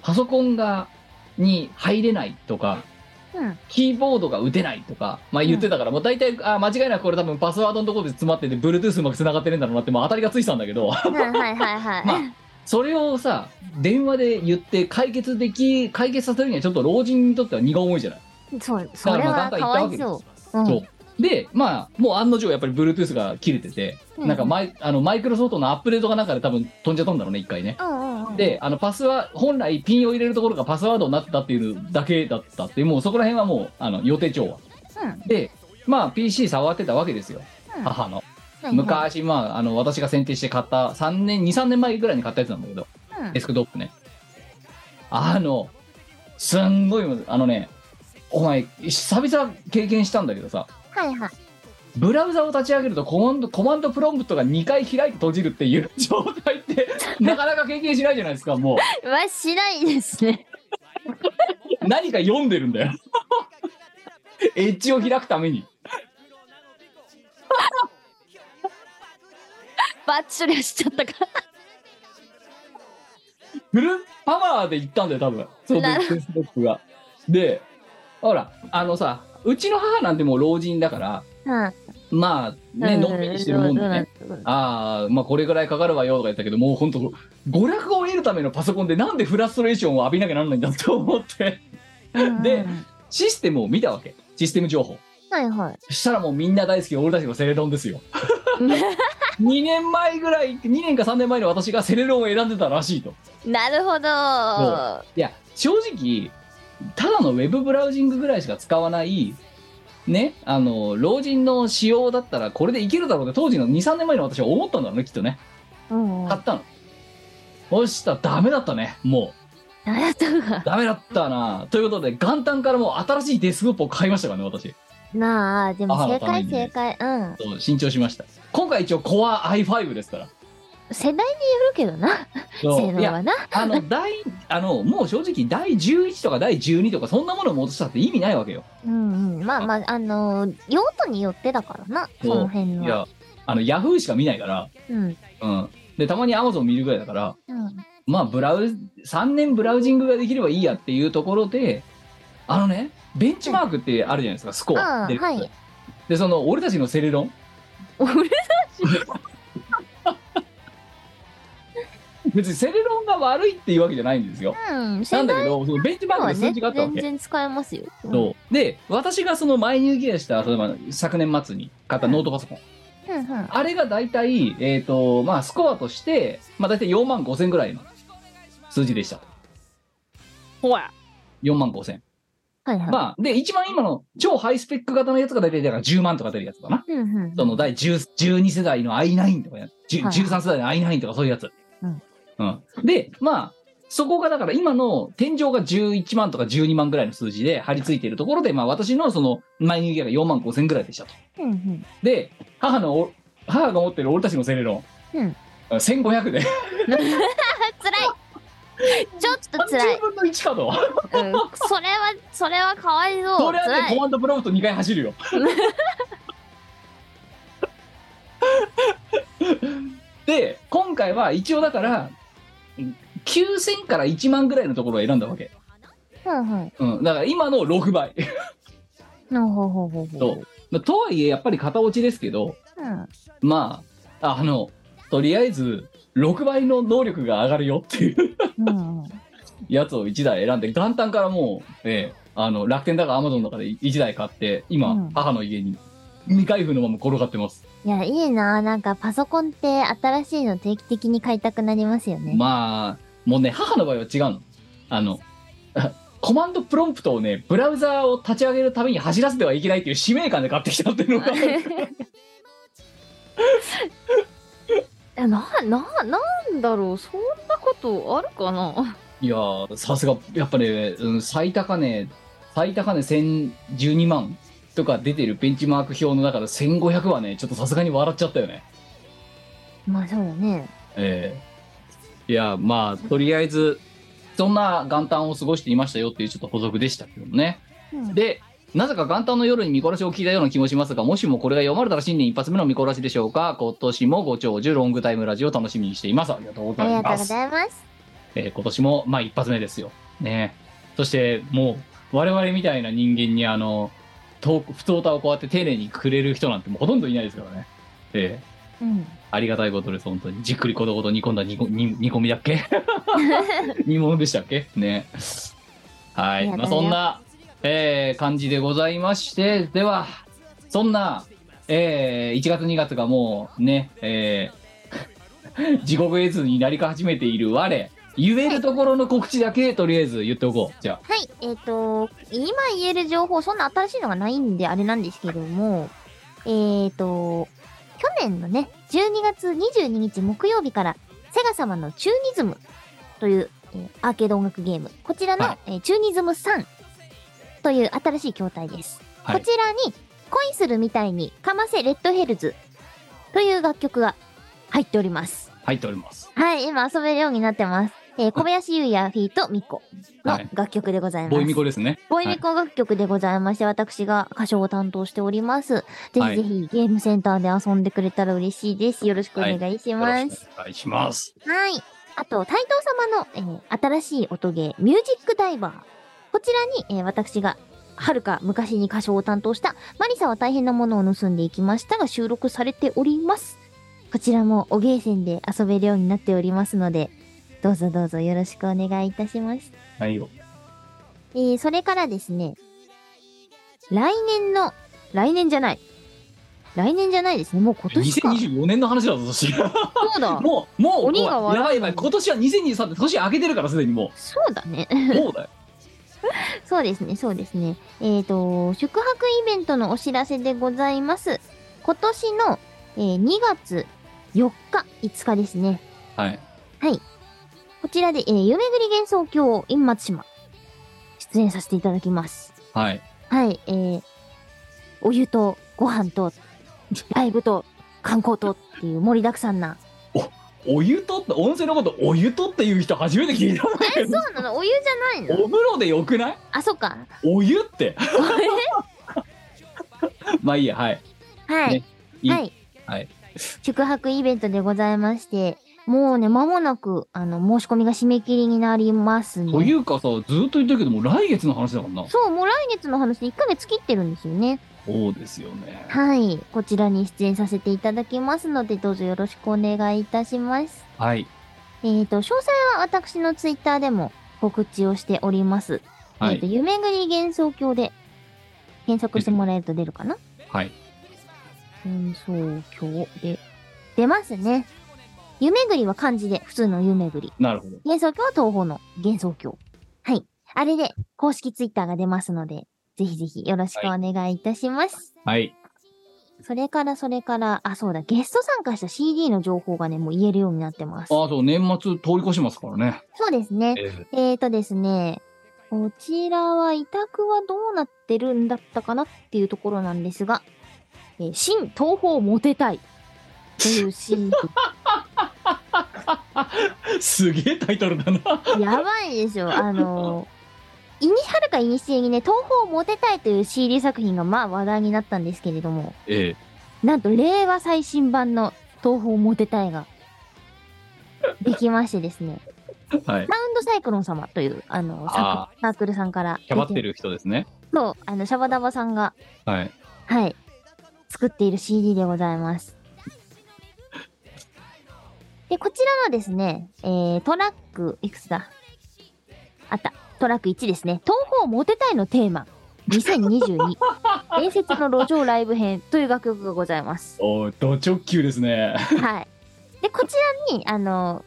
Speaker 3: パソコンがに入れないとか
Speaker 1: うん。
Speaker 3: キーボードが打てないとか、まあ、言ってたから、もう大体あ間違いなくこれ多分パスワードのところで詰まってて Bluetooth うまく繋がってるんだろうなって、まあ、当たりがついてたんだ けど
Speaker 1: うんはいはいはい。
Speaker 3: まあそれをさ電話で言って解決でき解決させるにはちょっと老人にとっては荷が重いじゃない、
Speaker 1: そう、それはかわいそう。うん
Speaker 3: そうでまあもう案の定やっぱり Bluetooth が切れてて、
Speaker 1: うん
Speaker 3: なんかマイあのマイクロソフトのアップデートがなんかで多分飛んじゃったんだろうね一回ね、
Speaker 1: うんうんうん。
Speaker 3: であのパスワ本来ピンを入れるところがパスワードになってたっていうだけだったっていうもうそこら辺はもうあの予定調和
Speaker 1: うん
Speaker 3: でまあ PC 触ってたわけですよ、
Speaker 1: うん
Speaker 3: 母の
Speaker 1: はいは
Speaker 3: 昔、まあ、あの私が選定して買った3年23年前ぐらいに買ったやつなんだけど
Speaker 1: いうん
Speaker 3: デスクトップねあのすんごいむずあのねお前久々経験したんだけどさ
Speaker 1: はいはい。
Speaker 3: ブラウザを立ち上げるとコマンドコマンドプロンプトが2回開いて閉じるっていう状態ってなかなか経験しないじゃないですかもう
Speaker 1: まあ、しないですね。
Speaker 3: 何か読んでるんだよエッジを開くために
Speaker 1: バッチリしちゃったか
Speaker 3: フルパワーで行ったんだよ多分その
Speaker 1: なる
Speaker 3: フェイスブックがでほらあのさうちの母なんてもう老人だから
Speaker 1: ら。
Speaker 3: まあ
Speaker 1: うん。
Speaker 3: ねのんびりしてるもんで
Speaker 1: う
Speaker 3: ね。
Speaker 1: うん
Speaker 3: ああまあこれぐらいかかるわよとか言ったけどもうほんと娯楽を得るためのパソコンでなんでフラストレーションを浴びなきゃなんないんだと思って
Speaker 1: うん
Speaker 3: でシステムを見たわけシステム情報
Speaker 1: はい はい。
Speaker 3: そしたらもうみんな大好き俺たちのセレロンですよ2年前ぐらい2年か3年前の私がセレロンを選んでたらしいと
Speaker 1: なるほど。
Speaker 3: いや正直ただのウェブブラウジングぐらいしか使わないねあの老人の仕様だったらこれでいけるだろうって当時の23年前の私は思ったんだろうねきっとね
Speaker 1: うんうん。
Speaker 3: 買ったのそしたらダメだったねも
Speaker 1: あなたが
Speaker 3: う。ダメだったなということで元旦からもう新しいデスクトップを買いましたからね私
Speaker 1: なあ、でも
Speaker 3: 母の
Speaker 1: 正
Speaker 3: ため
Speaker 1: 解
Speaker 3: に
Speaker 1: 正
Speaker 3: ね
Speaker 1: 解。うん。
Speaker 3: そう新調しました今回一応 Core i5 ですから
Speaker 1: 世代によるけどな。
Speaker 3: そう
Speaker 1: 性
Speaker 3: い
Speaker 1: 能
Speaker 3: や
Speaker 1: はな。
Speaker 3: あの第あのもう正直第11とか第12とかそんなもの戻したって意味ないわけよ
Speaker 1: うんうん。まあまあ、あのー用途によってだからな、
Speaker 3: そ
Speaker 1: そうの辺
Speaker 3: い
Speaker 1: のは。
Speaker 3: やあの Yahoo しか見ないから
Speaker 1: うん。
Speaker 3: うんでたまに Amazon 見るぐらいだから
Speaker 1: うん。
Speaker 3: まあブラウ3年ブラウジングができればいいやっていうところであのねベンチマークってあるじゃないですかスコ
Speaker 1: う
Speaker 3: ア
Speaker 1: ん
Speaker 3: 出るやつ
Speaker 1: はい
Speaker 3: でその俺たちのセレロン
Speaker 1: 俺
Speaker 3: 別にセレロンが悪いっていうわけじゃないんですよ
Speaker 1: うん、
Speaker 3: な
Speaker 1: 世
Speaker 3: んだ
Speaker 1: 代
Speaker 3: けどそのベンチマーク
Speaker 1: は
Speaker 3: の数
Speaker 1: ね、
Speaker 3: 字があったわ
Speaker 1: 全
Speaker 3: け
Speaker 1: 然使えますよ。うん
Speaker 3: そうで私がその前に受け出した例えば昨年末に買ったノートパソコン
Speaker 1: うんうん。
Speaker 3: あれが大体、えーとまあ、スコアとして、まあ、大体4万5千ぐらいの数字でした
Speaker 1: ほら。
Speaker 3: 4万5千
Speaker 1: はいはい。
Speaker 3: まあで一番今の超ハイスペック型のやつが大体だから10万とか出るやつかな
Speaker 1: うんうん。
Speaker 3: その第10 12世代の i9 とか、ね、10
Speaker 1: はい
Speaker 3: 13世代の i9 とかそういうやつ、
Speaker 1: うん
Speaker 3: うんでまあそこがだから今の天井が11万とか12万ぐらいの数字で張り付いているところで、まあ、私のその前入ギアが4万5千ぐらいでしたと
Speaker 1: うんうん。
Speaker 3: で母のお母が持ってる俺たちのセレロン、
Speaker 1: うん
Speaker 3: 1500で
Speaker 1: 辛いちょっと 辛い
Speaker 3: 30 、分の1か
Speaker 1: う
Speaker 3: と
Speaker 1: ん、それはそれはかわいそ
Speaker 3: そうれはね
Speaker 1: 辛
Speaker 3: コ
Speaker 1: い
Speaker 3: マンドプロンプト2回 走るよで今回は一応だから9000から1万ぐらいのところを選んだわけ、
Speaker 1: うんうん
Speaker 3: うん、だから今の6倍
Speaker 1: ほうほうほうほうほ
Speaker 3: とまあとはいえやっぱり片落ちですけど
Speaker 1: ううん
Speaker 3: まああのとりあえず6倍の能力が上がるよっていう
Speaker 1: うんうん
Speaker 3: やつを1台選んで元旦からもう、ええあの楽天だかアマゾンだかで1台買って今、
Speaker 1: うん
Speaker 3: 母の家に未開封のまま転がってます、
Speaker 1: いやいいななんかパソコンって新しいの定期的に買いたくなりますよね、
Speaker 3: まあもうね母の場合は違うのあの コマンドプロンプトをねブラウザーを立ち上げるために走らせてはいけないっていう使命感で買ってきたっていうのが
Speaker 1: えなななんだろうそんなことあるかない
Speaker 3: やーさすがやっぱね、うん、最高値最高値1012万とか出てるベンチマーク表の中で1500はねちょっとさすがに笑っちゃったよね
Speaker 1: まあそうだね
Speaker 3: ええいやまあとりあえずそんな元旦を過ごしていましたよっていうちょっと補足でしたけどもね
Speaker 1: うん
Speaker 3: でなぜか元旦の夜に見殺しを聞いたような気もしますがもしもこれが読まれたら新年一発目の見殺しでしょうか今年もご長寿ロングタイムラジオ楽しみにしていますありがとうご
Speaker 1: あ
Speaker 3: ざ
Speaker 1: りが
Speaker 3: い
Speaker 1: と
Speaker 3: ま
Speaker 1: うご
Speaker 3: す
Speaker 1: ざいます
Speaker 3: えー今年もまあ一発目ですよねそしてもう我々みたいな人間にあのと不当たをこうやって丁寧にくれる人なんてもうほとんどいないですからねえ え
Speaker 1: うん
Speaker 3: ありがたいことです、本当に。じっくりことこと煮込んだ煮込煮煮込みだっけ煮物でしたっけね。はい。
Speaker 1: いや
Speaker 3: まあ、
Speaker 1: だよ
Speaker 3: そんな、えー感じでございまして、では、そんな、えー1月2月がもうね、えー 地獄絵図になりか始めている我、言えるところの告知だけ、とりあえず言っておこう。じゃ
Speaker 1: はい、えっ、と、今言える情報、そんな新しいのがないんであれなんですけども、えっ、と、去年のね、12月22日木曜日から、セガ様のチューニズムという、えーアーケード音楽ゲーム、こちらの、
Speaker 3: は
Speaker 1: えーチューニズム3という新しい筐体です。
Speaker 3: はい
Speaker 1: こちらに、恋するみたいに、かませレッドヘルズという楽曲が入っております。
Speaker 3: あ、入っております。
Speaker 1: はい、今遊べるようになってます。えー小林優也フィーとミコの
Speaker 3: はい
Speaker 1: 楽曲でございます。
Speaker 3: ボイミコですね。
Speaker 1: ボイミコ楽曲でございまして、私が歌唱を担当しております。ぜ
Speaker 3: はい
Speaker 1: ひぜひゲームセンターで遊んでくれたら嬉しいです。よろしくお願いし
Speaker 3: よ
Speaker 1: ま
Speaker 3: ろし
Speaker 1: す。
Speaker 3: くお願いします。
Speaker 1: はい。あと、タイトー様の、えー新しい音ゲー、ミュージックダイバー。こちらに、えー私が、はるか昔に歌唱を担当した、マリサは大変なものを盗んでいきましたが収録されております。こちらもおゲーセンで遊べるようになっておりますので、どうぞどうぞよろしくお願いいたします。
Speaker 3: はいよ。
Speaker 1: えーそれからですね、来年の、来年じゃない。来年じゃないですね。もう今年か。
Speaker 3: 2024年の話だぞ、そして。
Speaker 1: そうだ。
Speaker 3: もう、もう、
Speaker 1: 鬼が
Speaker 3: もう
Speaker 1: 笑う
Speaker 3: やばいやばい、今年は2023って年明けてるから、すでにも
Speaker 1: そうだね。
Speaker 3: う。もうだよ。
Speaker 1: そうですね、そうですね。えっ、と、宿泊イベントのお知らせでございます。今年の、えー2月4日、5日ですね。
Speaker 3: はい。
Speaker 1: こちらで、えー、夢ぐり幻想郷 in 松島、出演させていただきます。
Speaker 3: はい。
Speaker 1: はい、えー、お湯とご飯とライブと観光とっていう盛りだくさんな。
Speaker 3: お湯とって温泉のことお湯とっていう人初めて聞いたんだ
Speaker 1: え、
Speaker 3: け
Speaker 1: そう
Speaker 3: ど
Speaker 1: なのお湯じゃないの
Speaker 3: お風呂でよくない
Speaker 1: あ、そっ か。
Speaker 3: お湯って
Speaker 1: え
Speaker 3: まあいいやはい
Speaker 1: はい
Speaker 3: ね。いい
Speaker 1: はい。
Speaker 3: はい
Speaker 1: 宿泊イベントでございまして、もうね、間もなく、あの、申し込みが締め切りになりますね。
Speaker 3: というかさずっと言ってるけどもう来月の話だからな
Speaker 1: そう、もう来月の話で1ヶ月切ってるんですよね。
Speaker 3: そうですよね
Speaker 1: はい。こちらに出演させていただきますので、どうぞよろしくお願いいたします。
Speaker 3: はい
Speaker 1: えっ、と、詳細は私のツイッターでも告知をしております。
Speaker 3: は
Speaker 1: えっ、と、
Speaker 3: い
Speaker 1: 夢ぐり幻想郷で検索してもらえると出るかな
Speaker 3: はい
Speaker 1: 幻想郷で出ますね。夢ぐりは漢字で、普通の夢ぐり。
Speaker 3: なるほど
Speaker 1: 幻想郷は東方の幻想郷。はい。あれで公式ツイッターが出ますので、ぜひぜひよろしくお願いいたします。
Speaker 3: はい
Speaker 1: それから、それから、あ、そうだ、ゲスト参加した CD の情報がね、もう言えるようになってます。
Speaker 3: ああと年末通り越しますからね
Speaker 1: そうですね。
Speaker 3: え
Speaker 1: えーとですね、こちらは委託はどうなってるんだったかなっていうところなんですが、えー新東方モテたいという CD。
Speaker 3: えすげえタイトルだな
Speaker 1: やばいでしょ。あの、いにはるかいにしえにね、東方モテたいという CD 作品がまあ話題になったんですけれども、
Speaker 3: ええ
Speaker 1: なんと令和最新版の東方モテたいが、できましてです ね、ラ
Speaker 3: はい
Speaker 1: ウンドサイクロン様という、あの、サ
Speaker 3: あ
Speaker 1: ークサークルさんから、
Speaker 3: キャバってる人ですね
Speaker 1: そう、あの、シャバダバさんが、
Speaker 3: はい
Speaker 1: はい、作っている CD でございます。で、こちらはですね、えー、トラック、いくつだあった。トラック1ですね。東方モテたいのテーマ。2022伝説の路上ライブ編という楽曲がございます。
Speaker 3: おおド直球ですね
Speaker 1: はい。で、こちらに、あの、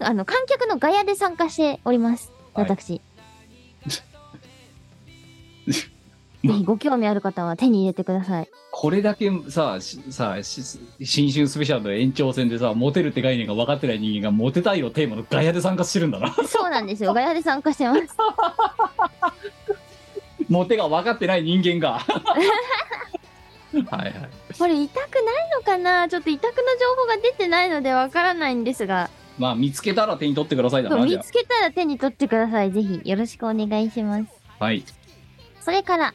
Speaker 1: あの、観客のガヤで参加しております。
Speaker 3: はい
Speaker 1: 私。ぜひご興味ある方は手に入れてくだ さい。
Speaker 3: これだけさしさし新春スペシャルの延長戦でさモテるって概念が分かってない人間がモテたいをテーマのガヤで参加してるんだな
Speaker 1: そうなんですよ。ガヤで参加してます。
Speaker 3: モテが分かってない人 間がはいはい
Speaker 1: これ痛くないのかなちょっと痛くの情報が出てないのでわからないんですが、
Speaker 3: まあ見つけたら手に取ってくださいだ
Speaker 1: そう
Speaker 3: なじ
Speaker 1: 見
Speaker 3: ゃ
Speaker 1: つけたら手に取ってください。ぜひよろしくお願いします。
Speaker 3: あはい
Speaker 1: それから、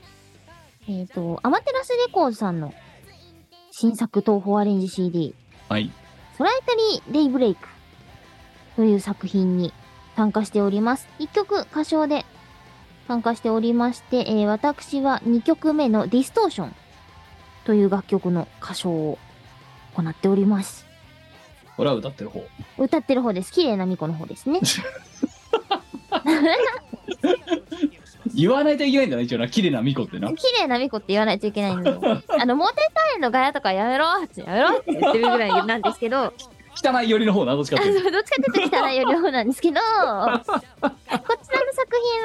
Speaker 1: えっ、と、アマテラスレコードさんの新作東宝アレンジ CD、
Speaker 3: はい
Speaker 1: トライタリー・デイブレイクという作品に参加しております。1曲歌唱で参加しておりまして、えー私は2曲目のディストーションという楽曲の歌唱を行っております。
Speaker 3: これは歌ってる方
Speaker 1: 歌ってる方です。綺麗な巫女の方ですね。
Speaker 3: 言わないといけないんだな一応な綺麗なミコってな
Speaker 1: 綺麗な巫女って言わないといけないんで、あの、モテたいのガヤとかやめろってやめろって言ってるぐらいなんですけど、あ
Speaker 3: 汚い寄りの方などっちかっていうと
Speaker 1: のどっちかっていうと汚いよりの方なんですけど、こちらの作品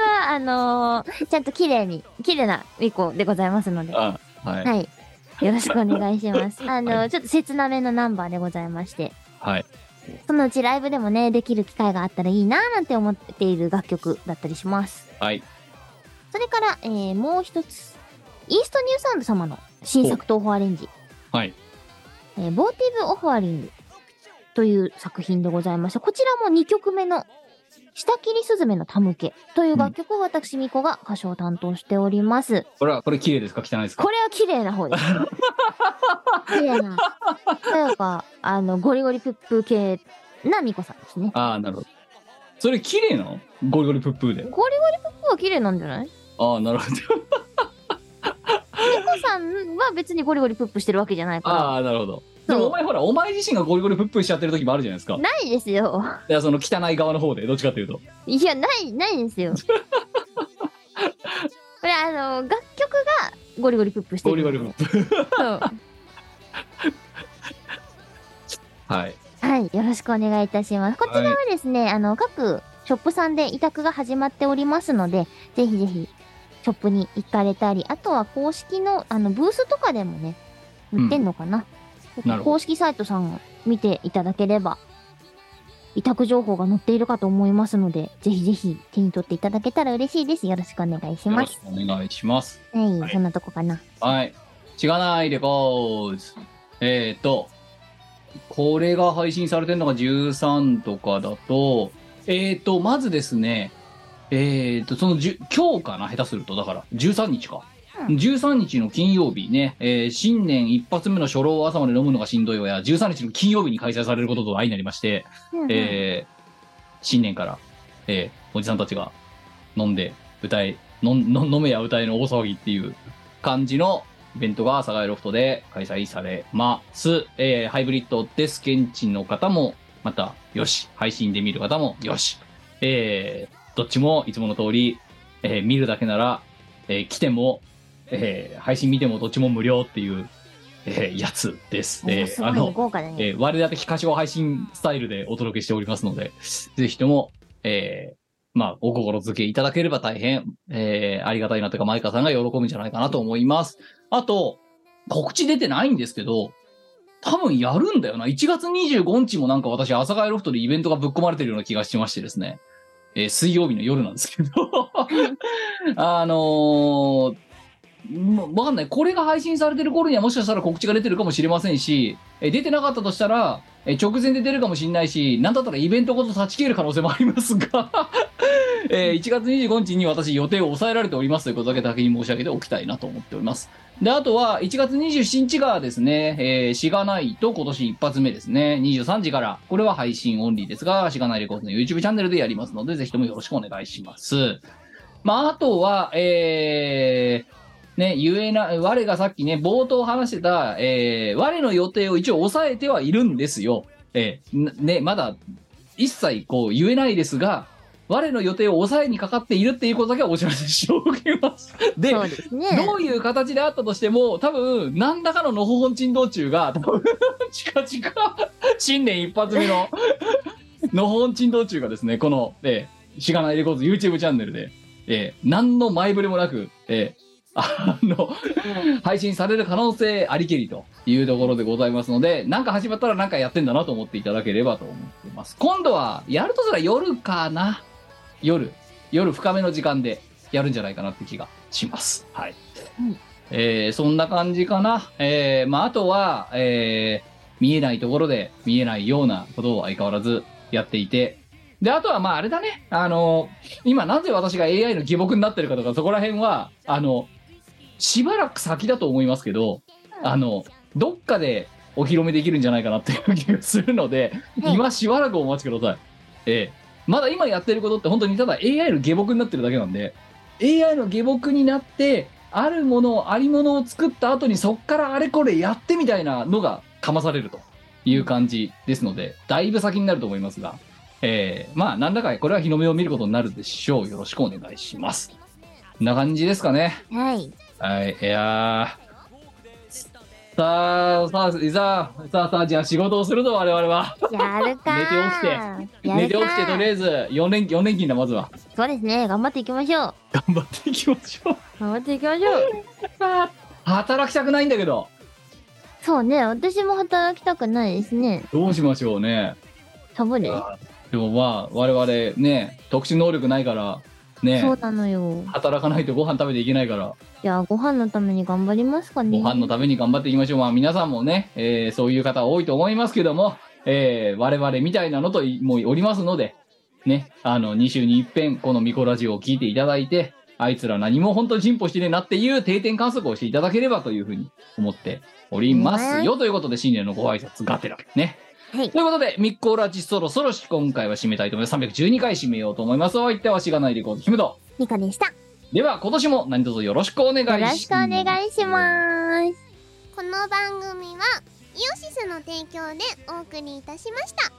Speaker 1: は、あのーちゃんと綺麗に、綺麗な巫女でございますの で、は
Speaker 3: あはいはい、
Speaker 1: い。よろしくお願いします。あのー
Speaker 3: は
Speaker 1: ちょっと切なめのナンバーでございまして、
Speaker 3: はい、
Speaker 1: そのうちライブでもね、できる機会があったらいいなーなんて思っている楽曲だったりします。それから、えーもう一つ、イーストニューサウンド様の新作東宝アレンジ、
Speaker 3: はい
Speaker 1: えーボーティブ・オファリングという作品でございました。こちらも2曲目の、下切りすずめのたむけという楽曲を私、ミコが歌唱を担当しております。
Speaker 3: これはこれ綺麗ですか汚いですか
Speaker 1: これは綺麗な方です。 綺麗な。なんか、あの、ゴリゴリプップ系なミコさんですね。
Speaker 3: ああなるほどそれ綺麗なのゴリゴリプップーで
Speaker 1: ゴリゴリプップは綺麗なんじゃないミ
Speaker 3: ああ なるほど
Speaker 1: コさんは別にゴリゴリプップしてるわけじゃないから。
Speaker 3: ああなるほどで
Speaker 1: そう
Speaker 3: もお前ほらお前自身がゴリゴリプップーしちゃってる時もあるじゃないですか
Speaker 1: ないですよ。
Speaker 3: いやその汚い側の方でどっちかっていうと
Speaker 1: いや、ない、ないです よ。これ、あの、楽曲がゴリゴリプップしてる。
Speaker 3: ゴリゴリプップ
Speaker 1: そう
Speaker 3: はい
Speaker 1: はい、よろしくお願いいたします。こちらはですね、あの、各ショップさんで委託が始まっておりますので、ぜひぜひ、ショップに行かれたり、あとは公式の、あの、ブースとかでもね、売ってんのかな。
Speaker 3: なるほど
Speaker 1: 公式サイトさんを見ていただければ、委託情報が載っているかと思いますので、ぜひぜひ手に取っていただけたら嬉しいです。よろしくお願いし
Speaker 3: よ
Speaker 1: ま
Speaker 3: ろ
Speaker 1: す
Speaker 3: し。くお願いします
Speaker 1: はい、
Speaker 3: はい
Speaker 1: そんなとこかな。
Speaker 3: はいしがないレコーズ。えっ、ー、と、これが配信されてるのが13とかだと、えっ、ー、と、まずですね、えっ、ー、と、その10、今日かな、下手すると、だから、13日か。
Speaker 1: うん
Speaker 3: 13日の金曜日ね、えー新年一発目の初老を朝まで飲むのがしんどいわや、13日の金曜日に開催されることと相なりまして、
Speaker 1: うんうん
Speaker 3: えー新年から、えーおじさんたちが飲んで歌えのんのん飲めや歌えの大騒ぎっていう感じのイベントが佐賀屋ロフトで開催されます、えーハイブリッドです現地の方もまたよし配信で見る方もよし、えーどっちもいつもの通り、えー見るだけなら、えー来ても、えー配信見てもどっちも無料っていう、えーやつです、え
Speaker 1: お
Speaker 3: ー
Speaker 1: すご
Speaker 3: あ
Speaker 1: い
Speaker 3: の
Speaker 1: ね豪華だね。
Speaker 3: えー、我々的歌唱配信スタイルでお届けしておりますので、ぜひとも、えーまあ、お心づけいただければ大変、えーありがたいなというか、マイカさんが喜ぶんじゃないかなと思います。あと、告知出てないんですけど、多分やるんだよな。1月25日もなんか私、阿佐ヶ谷ロフトでイベントがぶっ込まれてるような気がしてましてですね。えー水曜日の夜なんですけど。 あのー、もうわかんない。これが配信されてる頃にはもしかしたら告知が出てるかもしれませんし、え出てなかったとしたら、え直前で出るかもしれないし、なんだったらイベントごと断ち切れる可能性もありますが、 えー1月25日に私予定を抑えられておりますということだけ先に申し上げておきたいなと思っております。で、あとは1月27日がですね、えーしがないと今年一発目ですね、23時から、これは配信オンリーですが、しがないレコードの YouTube チャンネルでやりますので、ぜひともよろしくお願いします。まあ、あとは、えー、ね、言えな、我がさっきね、冒頭話してた、えー我の予定を一応抑えてはいるんですよ。えーなね、まだ、一切こう言えないですが、我の予定を抑えにかかっているっていうことだけはお知らせしておきます。で、
Speaker 1: そうですね。
Speaker 3: どういう形であったとしても、多分、何らかののほほん珍道中が、多分、 近々、新年一発目の、のほほん珍道中がですね、この、えー、しがないレコーズ YouTube チャンネルで、えー何の前触れもなく、えーあの、配信される可能性ありけりというところでございますので、なんか始まったらなんかやってんだなと思っていただければと思ってます。今度は、やるとしたら夜かな夜。夜深めの時間でやるんじゃないかなって気がします。はい。
Speaker 1: うん
Speaker 3: えーそんな感じかな。えーまあ、あとは、えー見えないところで見えないようなことを相変わらずやっていて、で、あとは、まあ、あれだね。あの、今、なぜ私が AI の疑惑になってるかとか、そこら辺は、あの、しばらく先だと思いますけど、あの、どっかでお披露目できるんじゃないかなっていう気がするので、
Speaker 1: はい
Speaker 3: 今しばらくお待ちください。ええ。まだ今やってることって本当にただ AI の下僕になってるだけなんで、AI の下僕になって、あるもの、ありものを作った後にそっからあれこれやってみたいなのがかまされるという感じですので、だいぶ先になると思いますが、えー、まあ、なんだかこれは日の目を見ることになるでしょう。よろしくお願いします。こんな感じですかね。
Speaker 1: はい。
Speaker 3: はい、いやーさあ、さあ、いざ、さあさあ、じゃあ仕事をするぞ、我々は。
Speaker 1: やるかー。やるかー
Speaker 3: 寝て起きて、とりあえず4連、4連勤だ、まずは。
Speaker 1: そうですね。頑張っていきましょう。
Speaker 3: 頑張っていきましょう。
Speaker 1: 頑張っていきましょう。
Speaker 3: 働きたくないんだけど、
Speaker 1: そうね。私も働きたくないですね。
Speaker 3: どうしましょうね。
Speaker 1: サボる。
Speaker 3: でもまあ、我々ね、特殊能力ないから、ね
Speaker 1: そ、うなのよ。
Speaker 3: 働かないとご飯食べていけないから、
Speaker 1: じゃあ、ご飯のために頑張りますか
Speaker 3: ご
Speaker 1: ね。
Speaker 3: 飯のために頑張っていきましょう。まあ皆さんもね、えーそういう方多いと思いますけども、えー我々みたいなのといもうおりますので、ね、あの、2週に一遍、このミコラジオを聞いていただいて、あいつら何も本当に進歩してねえなっていう定点観測をしていただければというふうに思っておりますよ。ということで、新年のご挨拶がてらね。
Speaker 1: はい
Speaker 3: ということで、ミッコラジそろそろし今回は締めたいと思います。312回締めようと思います。お相手はしがないでこうキムと。
Speaker 1: ミカでした。
Speaker 3: では、今年も何卒よろしくお願いし
Speaker 1: よ
Speaker 3: ます。
Speaker 1: ろしくお願いします。
Speaker 5: この番組はイオシスの提供でお送りいたしました